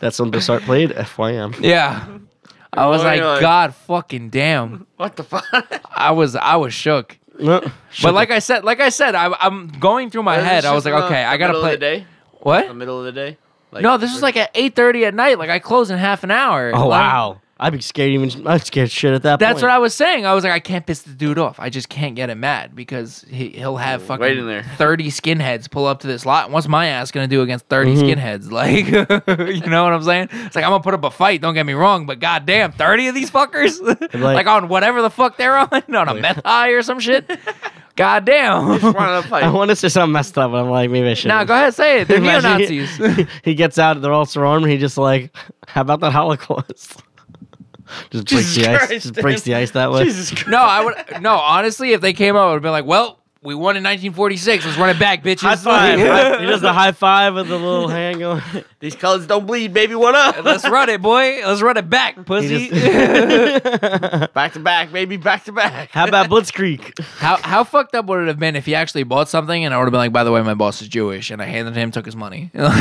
Speaker 1: That's when Bizarre played FYM.
Speaker 3: yeah. I was
Speaker 4: Oi,
Speaker 3: like,
Speaker 4: oi.
Speaker 3: God fucking damn.
Speaker 4: What the fuck?
Speaker 3: I was I was shook.
Speaker 1: No,
Speaker 3: But like I said, like I said, I, I'm going through my head. I was like, okay, I gotta
Speaker 4: middle
Speaker 3: play.
Speaker 4: Of the day. The
Speaker 3: What?
Speaker 4: middle of the day. Like,
Speaker 3: No, this was like at 8:30 at night. Like I close in half an hour.
Speaker 1: oh
Speaker 3: Like,
Speaker 1: wow, I'd be scared even. I'd scared shit at that.
Speaker 3: That's
Speaker 1: point.
Speaker 3: what I was saying. I was like, I can't piss the dude off. I just can't get him mad because he, he'll have fucking
Speaker 4: wait in there.
Speaker 3: 30 skinheads pull up to this lot. What's my ass going to do against 30
Speaker 1: Mm-hmm.
Speaker 3: skinheads? Like, you know what I'm saying? It's like, I'm going to put up a fight. Don't get me wrong, but goddamn, 30 of these fuckers? like, on whatever the fuck they're on? On a meth high or some shit?
Speaker 4: Just
Speaker 3: goddamn.
Speaker 4: wanted to fight.
Speaker 1: I want to say something messed up, but I'm like, maybe I should.
Speaker 3: now, go ahead, say it. They're neo
Speaker 1: Imagine he-
Speaker 3: Nazis.
Speaker 1: He, gets out, they're all surrounded. He just like, how about that Holocaust? just breaks
Speaker 4: Jesus
Speaker 1: the ice.
Speaker 4: Christ,
Speaker 1: just breaks the
Speaker 4: dude.
Speaker 1: ice that way.
Speaker 4: Jesus Christ.
Speaker 3: no, I would. No, honestly, if they came out, I would have been like, well, we won in 1946. Let's run it back, bitches.
Speaker 1: High five. High- he does the high five with the little hand going.
Speaker 4: These colors don't bleed, baby. What up?
Speaker 3: Let's run it, boy. Let's run it back, pussy.
Speaker 1: He just-
Speaker 4: back to back, baby. Back to back.
Speaker 1: how about Blitzkrieg?
Speaker 3: how how fucked up would it have been if he actually bought something and I would have been like, by the way, my boss is Jewish, and I handed him, took his money.
Speaker 1: As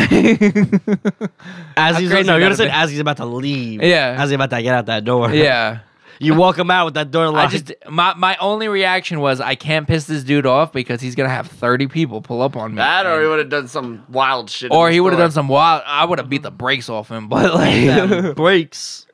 Speaker 1: he's no, you
Speaker 3: crazy would that
Speaker 1: have said
Speaker 3: have been?
Speaker 1: as he's about to leave.
Speaker 3: Yeah.
Speaker 1: As he's about to get out that door.
Speaker 3: yeah.
Speaker 1: You walk him out with that door
Speaker 3: I
Speaker 1: locked.
Speaker 3: just my my only reaction was I can't piss this dude off because he's gonna have thirty people pull up on me.
Speaker 4: That or he
Speaker 3: And-
Speaker 4: would have done some wild shit. in
Speaker 3: or
Speaker 4: the
Speaker 3: he would have
Speaker 4: store.
Speaker 3: done some wild. I would have beat the brakes off him, but
Speaker 4: Yeah.
Speaker 3: like.
Speaker 1: breaks.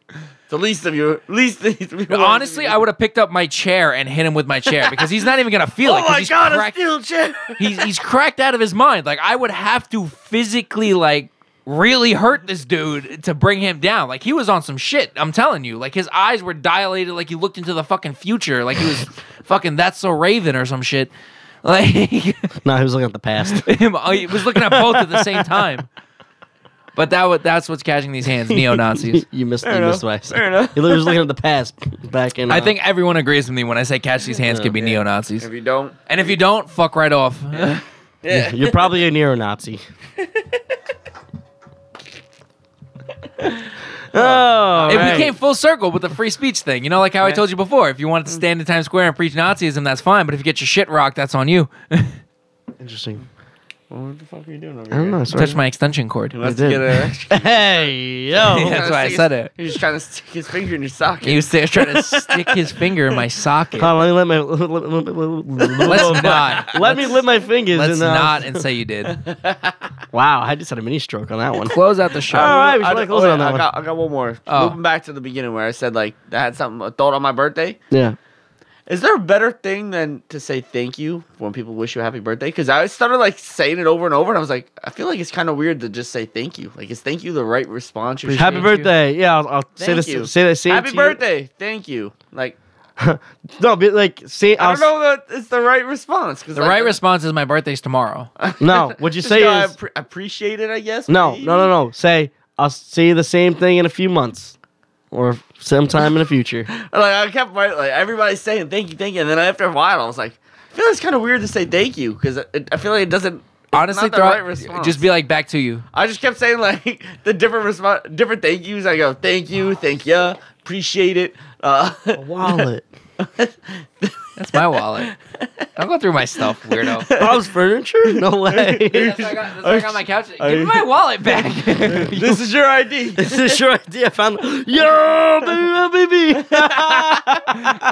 Speaker 4: The least of you. Least. least of your
Speaker 3: Honestly, I would have picked up my chair and hit him with my chair because he's not even gonna feel
Speaker 4: Oh
Speaker 3: it. 'cause
Speaker 4: my
Speaker 3: he's
Speaker 4: god,
Speaker 3: cracked-
Speaker 4: a steel chair.
Speaker 3: he's he's cracked out of his mind. Like I would have to physically like really hurt this dude to bring him down. Like he was on some shit. I'm telling you. Like his eyes were dilated. Like he looked into the fucking future. Like he was fucking that's so Raven or some shit. Like he
Speaker 1: No, he was looking at the past.
Speaker 3: was looking at both at the same time. But that wa that's what's catching these hands, neo Nazis.
Speaker 1: you missed.
Speaker 4: Fair
Speaker 1: you
Speaker 4: enough.
Speaker 1: missed what I said.
Speaker 4: Fair enough.
Speaker 1: He literally was looking at the past. Back in.
Speaker 3: I
Speaker 1: uh,
Speaker 3: think everyone agrees with me when I say catch these
Speaker 4: Oh,
Speaker 3: hands could be neo Nazis.
Speaker 4: If you don't,
Speaker 3: And if you don't, fuck right off.
Speaker 4: yeah.
Speaker 1: you're probably a neo-Nazi. oh,
Speaker 3: It
Speaker 1: right.
Speaker 3: became full circle with the free speech thing. You know, like how I told you before, if you wanted to stand in Times Square and preach Nazism, that's fine. But if you get your shit rocked, that's on you.
Speaker 1: interesting.
Speaker 4: What the fuck are you doing over
Speaker 1: I don't know. Sorry.
Speaker 3: Touch my extension cord.
Speaker 4: Let's
Speaker 1: I did.
Speaker 4: get a.
Speaker 1: Hey yo.
Speaker 3: Yeah. That's why I
Speaker 4: Stick
Speaker 3: said
Speaker 4: his-
Speaker 3: it.
Speaker 4: He was trying to stick his finger in your socket.
Speaker 3: He was there trying to stick his finger in my socket.
Speaker 1: Hold on, let me let my let, me-
Speaker 3: Let's not.
Speaker 1: let me lift my fingers.
Speaker 3: Let's
Speaker 1: and, uh,
Speaker 3: not and say you did.
Speaker 1: Wow, I just had a mini stroke on that one.
Speaker 3: Close out the show.
Speaker 1: All right, we should
Speaker 4: I,
Speaker 1: let
Speaker 4: oh,
Speaker 1: close
Speaker 4: wait,
Speaker 1: on that
Speaker 4: I
Speaker 1: one.
Speaker 4: got, I got one more.
Speaker 3: Oh.
Speaker 4: Moving back to the beginning where I said like I had something adult on my birthday.
Speaker 1: Yeah.
Speaker 4: Is there a better thing than to say thank you when people wish you a happy birthday? Because I started like saying it over and over, and I was like, I feel like it's kind of weird to just say thank you. Like, is thank you the right response? Or
Speaker 1: Happy
Speaker 3: you.
Speaker 1: birthday. Yeah, I'll, I'll say
Speaker 4: Thank
Speaker 1: this.
Speaker 4: you.
Speaker 1: Say that. Say it
Speaker 4: happy
Speaker 1: to you.
Speaker 4: birthday, thank you. Like,
Speaker 1: No, but like say.
Speaker 4: I
Speaker 1: I'll,
Speaker 4: don't know that it's the right response. Cause
Speaker 3: The
Speaker 4: like,
Speaker 3: right response is my birthday's tomorrow.
Speaker 1: No, what you
Speaker 4: just
Speaker 1: say
Speaker 4: go, I
Speaker 1: is
Speaker 4: appre- appreciate it. I guess.
Speaker 1: no,
Speaker 4: maybe?
Speaker 1: no, no, no. Say I'll see the same thing in a few months, or sometime in the future.
Speaker 4: Like I kept right, like everybody's saying thank you, thank you, and then after a while, I was like, I feel it's kind of weird to say thank you because I feel like it doesn't. it's
Speaker 3: Honestly,
Speaker 4: not the
Speaker 3: throw
Speaker 4: right response.
Speaker 3: just be like back to you.
Speaker 4: I just kept saying like the different response, different thank yous. I go, thank you, thank ya, appreciate it. Uh,
Speaker 1: Wallet.
Speaker 3: That's my wallet. Don't go through my stuff, weirdo.
Speaker 1: Bob's furniture? No way.
Speaker 3: That's what I got, that's what I got on my couch. Give me my wallet back.
Speaker 4: this is your ID.
Speaker 1: this is your idea. I found yo baby,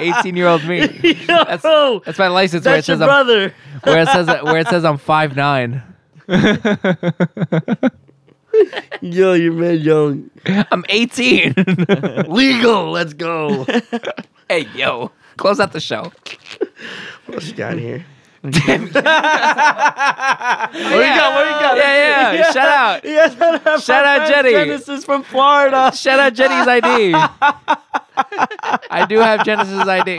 Speaker 1: baby.
Speaker 3: 18 year old me.
Speaker 1: Yo,
Speaker 3: That's,
Speaker 1: that's,
Speaker 3: that's my license where it,
Speaker 1: your
Speaker 3: says I'm,
Speaker 1: brother.
Speaker 3: where it says where it says I'm five nine.
Speaker 1: Yo, you're mad young.
Speaker 3: I'm 18.
Speaker 1: Legal. Let's go.
Speaker 3: hey yo, close out the show.
Speaker 1: What you got here?
Speaker 3: Where you
Speaker 4: got? What you got?
Speaker 3: Yeah, yeah. Shout out.
Speaker 1: Yes,
Speaker 3: Shout out Jenny.
Speaker 1: Genesis from Florida.
Speaker 3: Shout out Jenny's ID. I do have Genesis ID.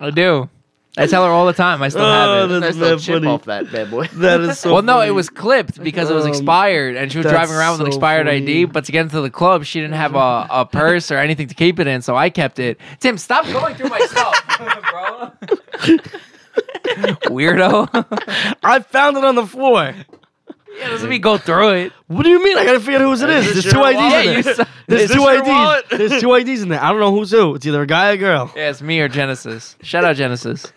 Speaker 3: I do. I tell her all the time. I still
Speaker 1: Oh,
Speaker 3: have it.
Speaker 4: There's
Speaker 1: that's
Speaker 4: no
Speaker 1: mad
Speaker 4: chip
Speaker 1: funny.
Speaker 4: off that bad boy.
Speaker 1: That is so.
Speaker 3: well, no, it
Speaker 1: funny.
Speaker 3: was clipped because it was
Speaker 1: Um,
Speaker 3: expired, and she was
Speaker 1: that's
Speaker 3: driving around with an
Speaker 1: so
Speaker 3: expired
Speaker 1: funny.
Speaker 3: ID. But to get into the club, she didn't have a, a purse or anything to keep it in, so I kept it. Tim, stop going through my stuff, bro. Weirdo.
Speaker 1: I found it on the floor.
Speaker 3: yeah, doesn't mean go through it.
Speaker 1: What do you mean? I gotta figure out whose it is.
Speaker 4: this
Speaker 1: There's two
Speaker 4: your
Speaker 1: IDs
Speaker 4: wallet?
Speaker 1: in
Speaker 3: Yeah, you
Speaker 1: there.
Speaker 3: suck.
Speaker 1: There's
Speaker 4: Is
Speaker 1: two
Speaker 4: this your
Speaker 1: IDs.
Speaker 4: wallet?
Speaker 1: There's two IDs in there. I don't know who's who. It's either a guy or a girl.
Speaker 3: Yeah, it's me or Genesis. Shout out Genesis.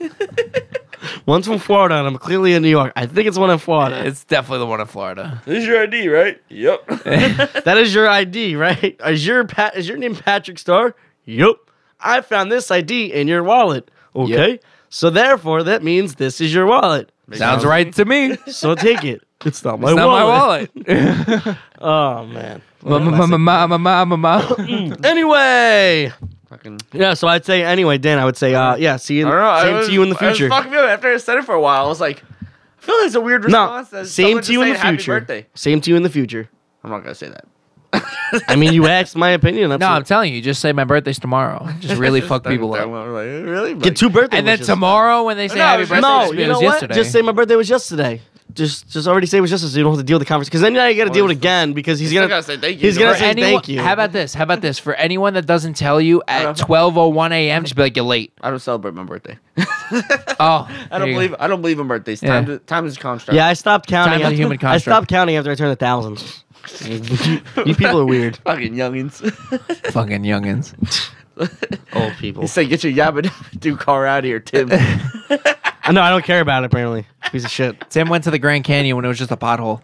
Speaker 1: One's from Florida, and I'm clearly in New York. I think it's one in Florida.
Speaker 3: It's definitely the one in Florida.
Speaker 4: This is your ID, right? Yep.
Speaker 1: that is your ID, right? Is your Pat? Is your name Patrick Starr? Yup. I found this ID in your wallet. Okay. So therefore, that means this is your wallet.
Speaker 3: Sounds right to me. It's
Speaker 1: So take it. It's not my
Speaker 3: not my
Speaker 1: wallet.
Speaker 3: wallet.
Speaker 1: Oh man.
Speaker 3: Ma- ma- ma- ma- ma- ma- ma- ma.
Speaker 1: Mm. Anyway.
Speaker 4: Fucking.
Speaker 1: Yeah. So I'd say anyway, Dan. I would say, uh, yeah. See, you,
Speaker 4: I don't know. I
Speaker 1: same
Speaker 4: was,
Speaker 1: to you in the
Speaker 4: I was
Speaker 1: future.
Speaker 4: fucking me up after I said it for a while. I was like, I feel like it's a weird
Speaker 1: No,
Speaker 4: response. as
Speaker 1: same
Speaker 4: someone
Speaker 1: to
Speaker 4: just
Speaker 1: you in the
Speaker 4: saying happy
Speaker 1: future.
Speaker 4: birthday.
Speaker 1: Same to you in the future.
Speaker 4: I'm not gonna say that.
Speaker 1: I mean, you asked my opinion. That's
Speaker 3: No, I'm
Speaker 1: it.
Speaker 3: telling you, just say my birthday's tomorrow. Just really fuck people
Speaker 4: Like,
Speaker 3: up.
Speaker 4: really?
Speaker 1: get two birthday
Speaker 3: And then
Speaker 1: wishes.
Speaker 3: tomorrow, when they say
Speaker 4: No,
Speaker 3: happy
Speaker 4: it's
Speaker 3: birthday,
Speaker 4: just-
Speaker 1: No,
Speaker 3: just be
Speaker 1: you
Speaker 3: it was
Speaker 1: know what?
Speaker 3: yesterday.
Speaker 1: Just say my birthday was yesterday. Just, just already say it was yesterday. So you don't have to deal with the conversation because then now you got to deal with it again because he's
Speaker 4: Still
Speaker 1: gonna.
Speaker 4: gotta say thank you.
Speaker 1: he's
Speaker 4: though,
Speaker 1: gonna
Speaker 4: right?
Speaker 1: say- thank you. Uh-huh.
Speaker 3: How about this? How about this? For anyone that doesn't tell you at 12:01 a.m., just be like, "You're late."
Speaker 4: I don't celebrate my birthday.
Speaker 3: Oh,
Speaker 4: I don't believe. I don't believe in birthdays.
Speaker 3: Yeah.
Speaker 4: Time, to, time is a construct.
Speaker 1: Yeah, I stopped counting.
Speaker 3: Time is a
Speaker 1: after, I
Speaker 3: human construct.
Speaker 1: stopped counting after I turned a thousand. you people are weird.
Speaker 4: Fucking youngins.
Speaker 3: fucking youngins.
Speaker 1: Old people.
Speaker 4: He said, "Get your yabba dabba do car out of here, Tim."
Speaker 1: I know. I don't care about it. Apparently, piece of shit.
Speaker 3: Tim went to the Grand Canyon when it was just a pothole.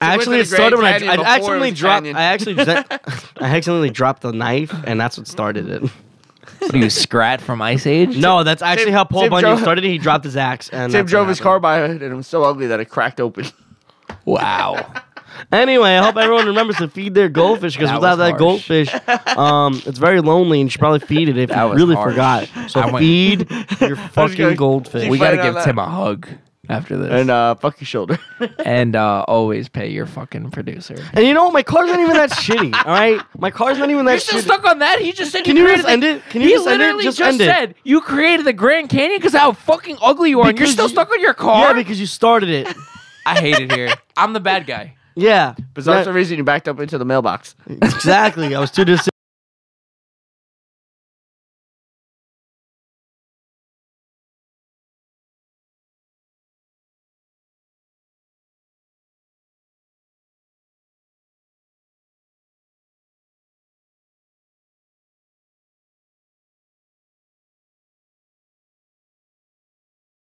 Speaker 1: Actually, it
Speaker 4: went to the
Speaker 1: started when I,
Speaker 4: Grand Canyon
Speaker 1: I
Speaker 4: before it
Speaker 1: accidentally
Speaker 4: was
Speaker 1: dropped.
Speaker 4: canyon.
Speaker 1: I actually, I accidentally dropped the knife, and that's what started it.
Speaker 3: What are you, Scrat from Ice Age?
Speaker 1: No, that's actually how Paul
Speaker 4: Tim
Speaker 1: Bunyan
Speaker 4: drove-
Speaker 1: started it. He dropped his axe, and
Speaker 4: Tim
Speaker 1: that's
Speaker 4: drove
Speaker 1: what
Speaker 4: his car
Speaker 1: happened.
Speaker 4: by it, and it was so ugly that it cracked open.
Speaker 3: Wow.
Speaker 1: Anyway, I hope everyone remembers to feed their goldfish because
Speaker 3: That
Speaker 1: without
Speaker 3: was
Speaker 1: that
Speaker 3: harsh.
Speaker 1: goldfish, um, it's very lonely, and you should probably feed it if
Speaker 3: That
Speaker 1: you
Speaker 3: was
Speaker 1: really
Speaker 3: harsh.
Speaker 1: forgot. So
Speaker 3: I went-
Speaker 1: feed your fucking
Speaker 4: gonna-
Speaker 1: goldfish.
Speaker 3: we
Speaker 4: find
Speaker 3: gotta
Speaker 4: out
Speaker 3: give
Speaker 4: that-
Speaker 3: Tim a hug after this,
Speaker 4: And uh, fuck your shoulder.
Speaker 3: and uh, always pay your fucking producer.
Speaker 1: and you know what? My car's not even that shitty. All right, my car's not even that
Speaker 3: You're still
Speaker 1: shitty.
Speaker 3: stuck on that. He just said.
Speaker 1: Can you
Speaker 3: created
Speaker 1: just end
Speaker 3: the-
Speaker 1: it? Can you
Speaker 3: he
Speaker 1: just end it?
Speaker 3: literally
Speaker 1: Just end
Speaker 3: just,
Speaker 1: it.
Speaker 3: said you created the Grand Canyon because how fucking ugly you are. and you're
Speaker 1: Because
Speaker 3: still
Speaker 1: you-
Speaker 3: stuck on your car.
Speaker 1: Yeah, because you started it.
Speaker 3: I hate it here. I'm the bad guy.
Speaker 1: Yeah,
Speaker 4: Bizarre reason you backed up into the mailbox.
Speaker 1: exactly. I was too dis.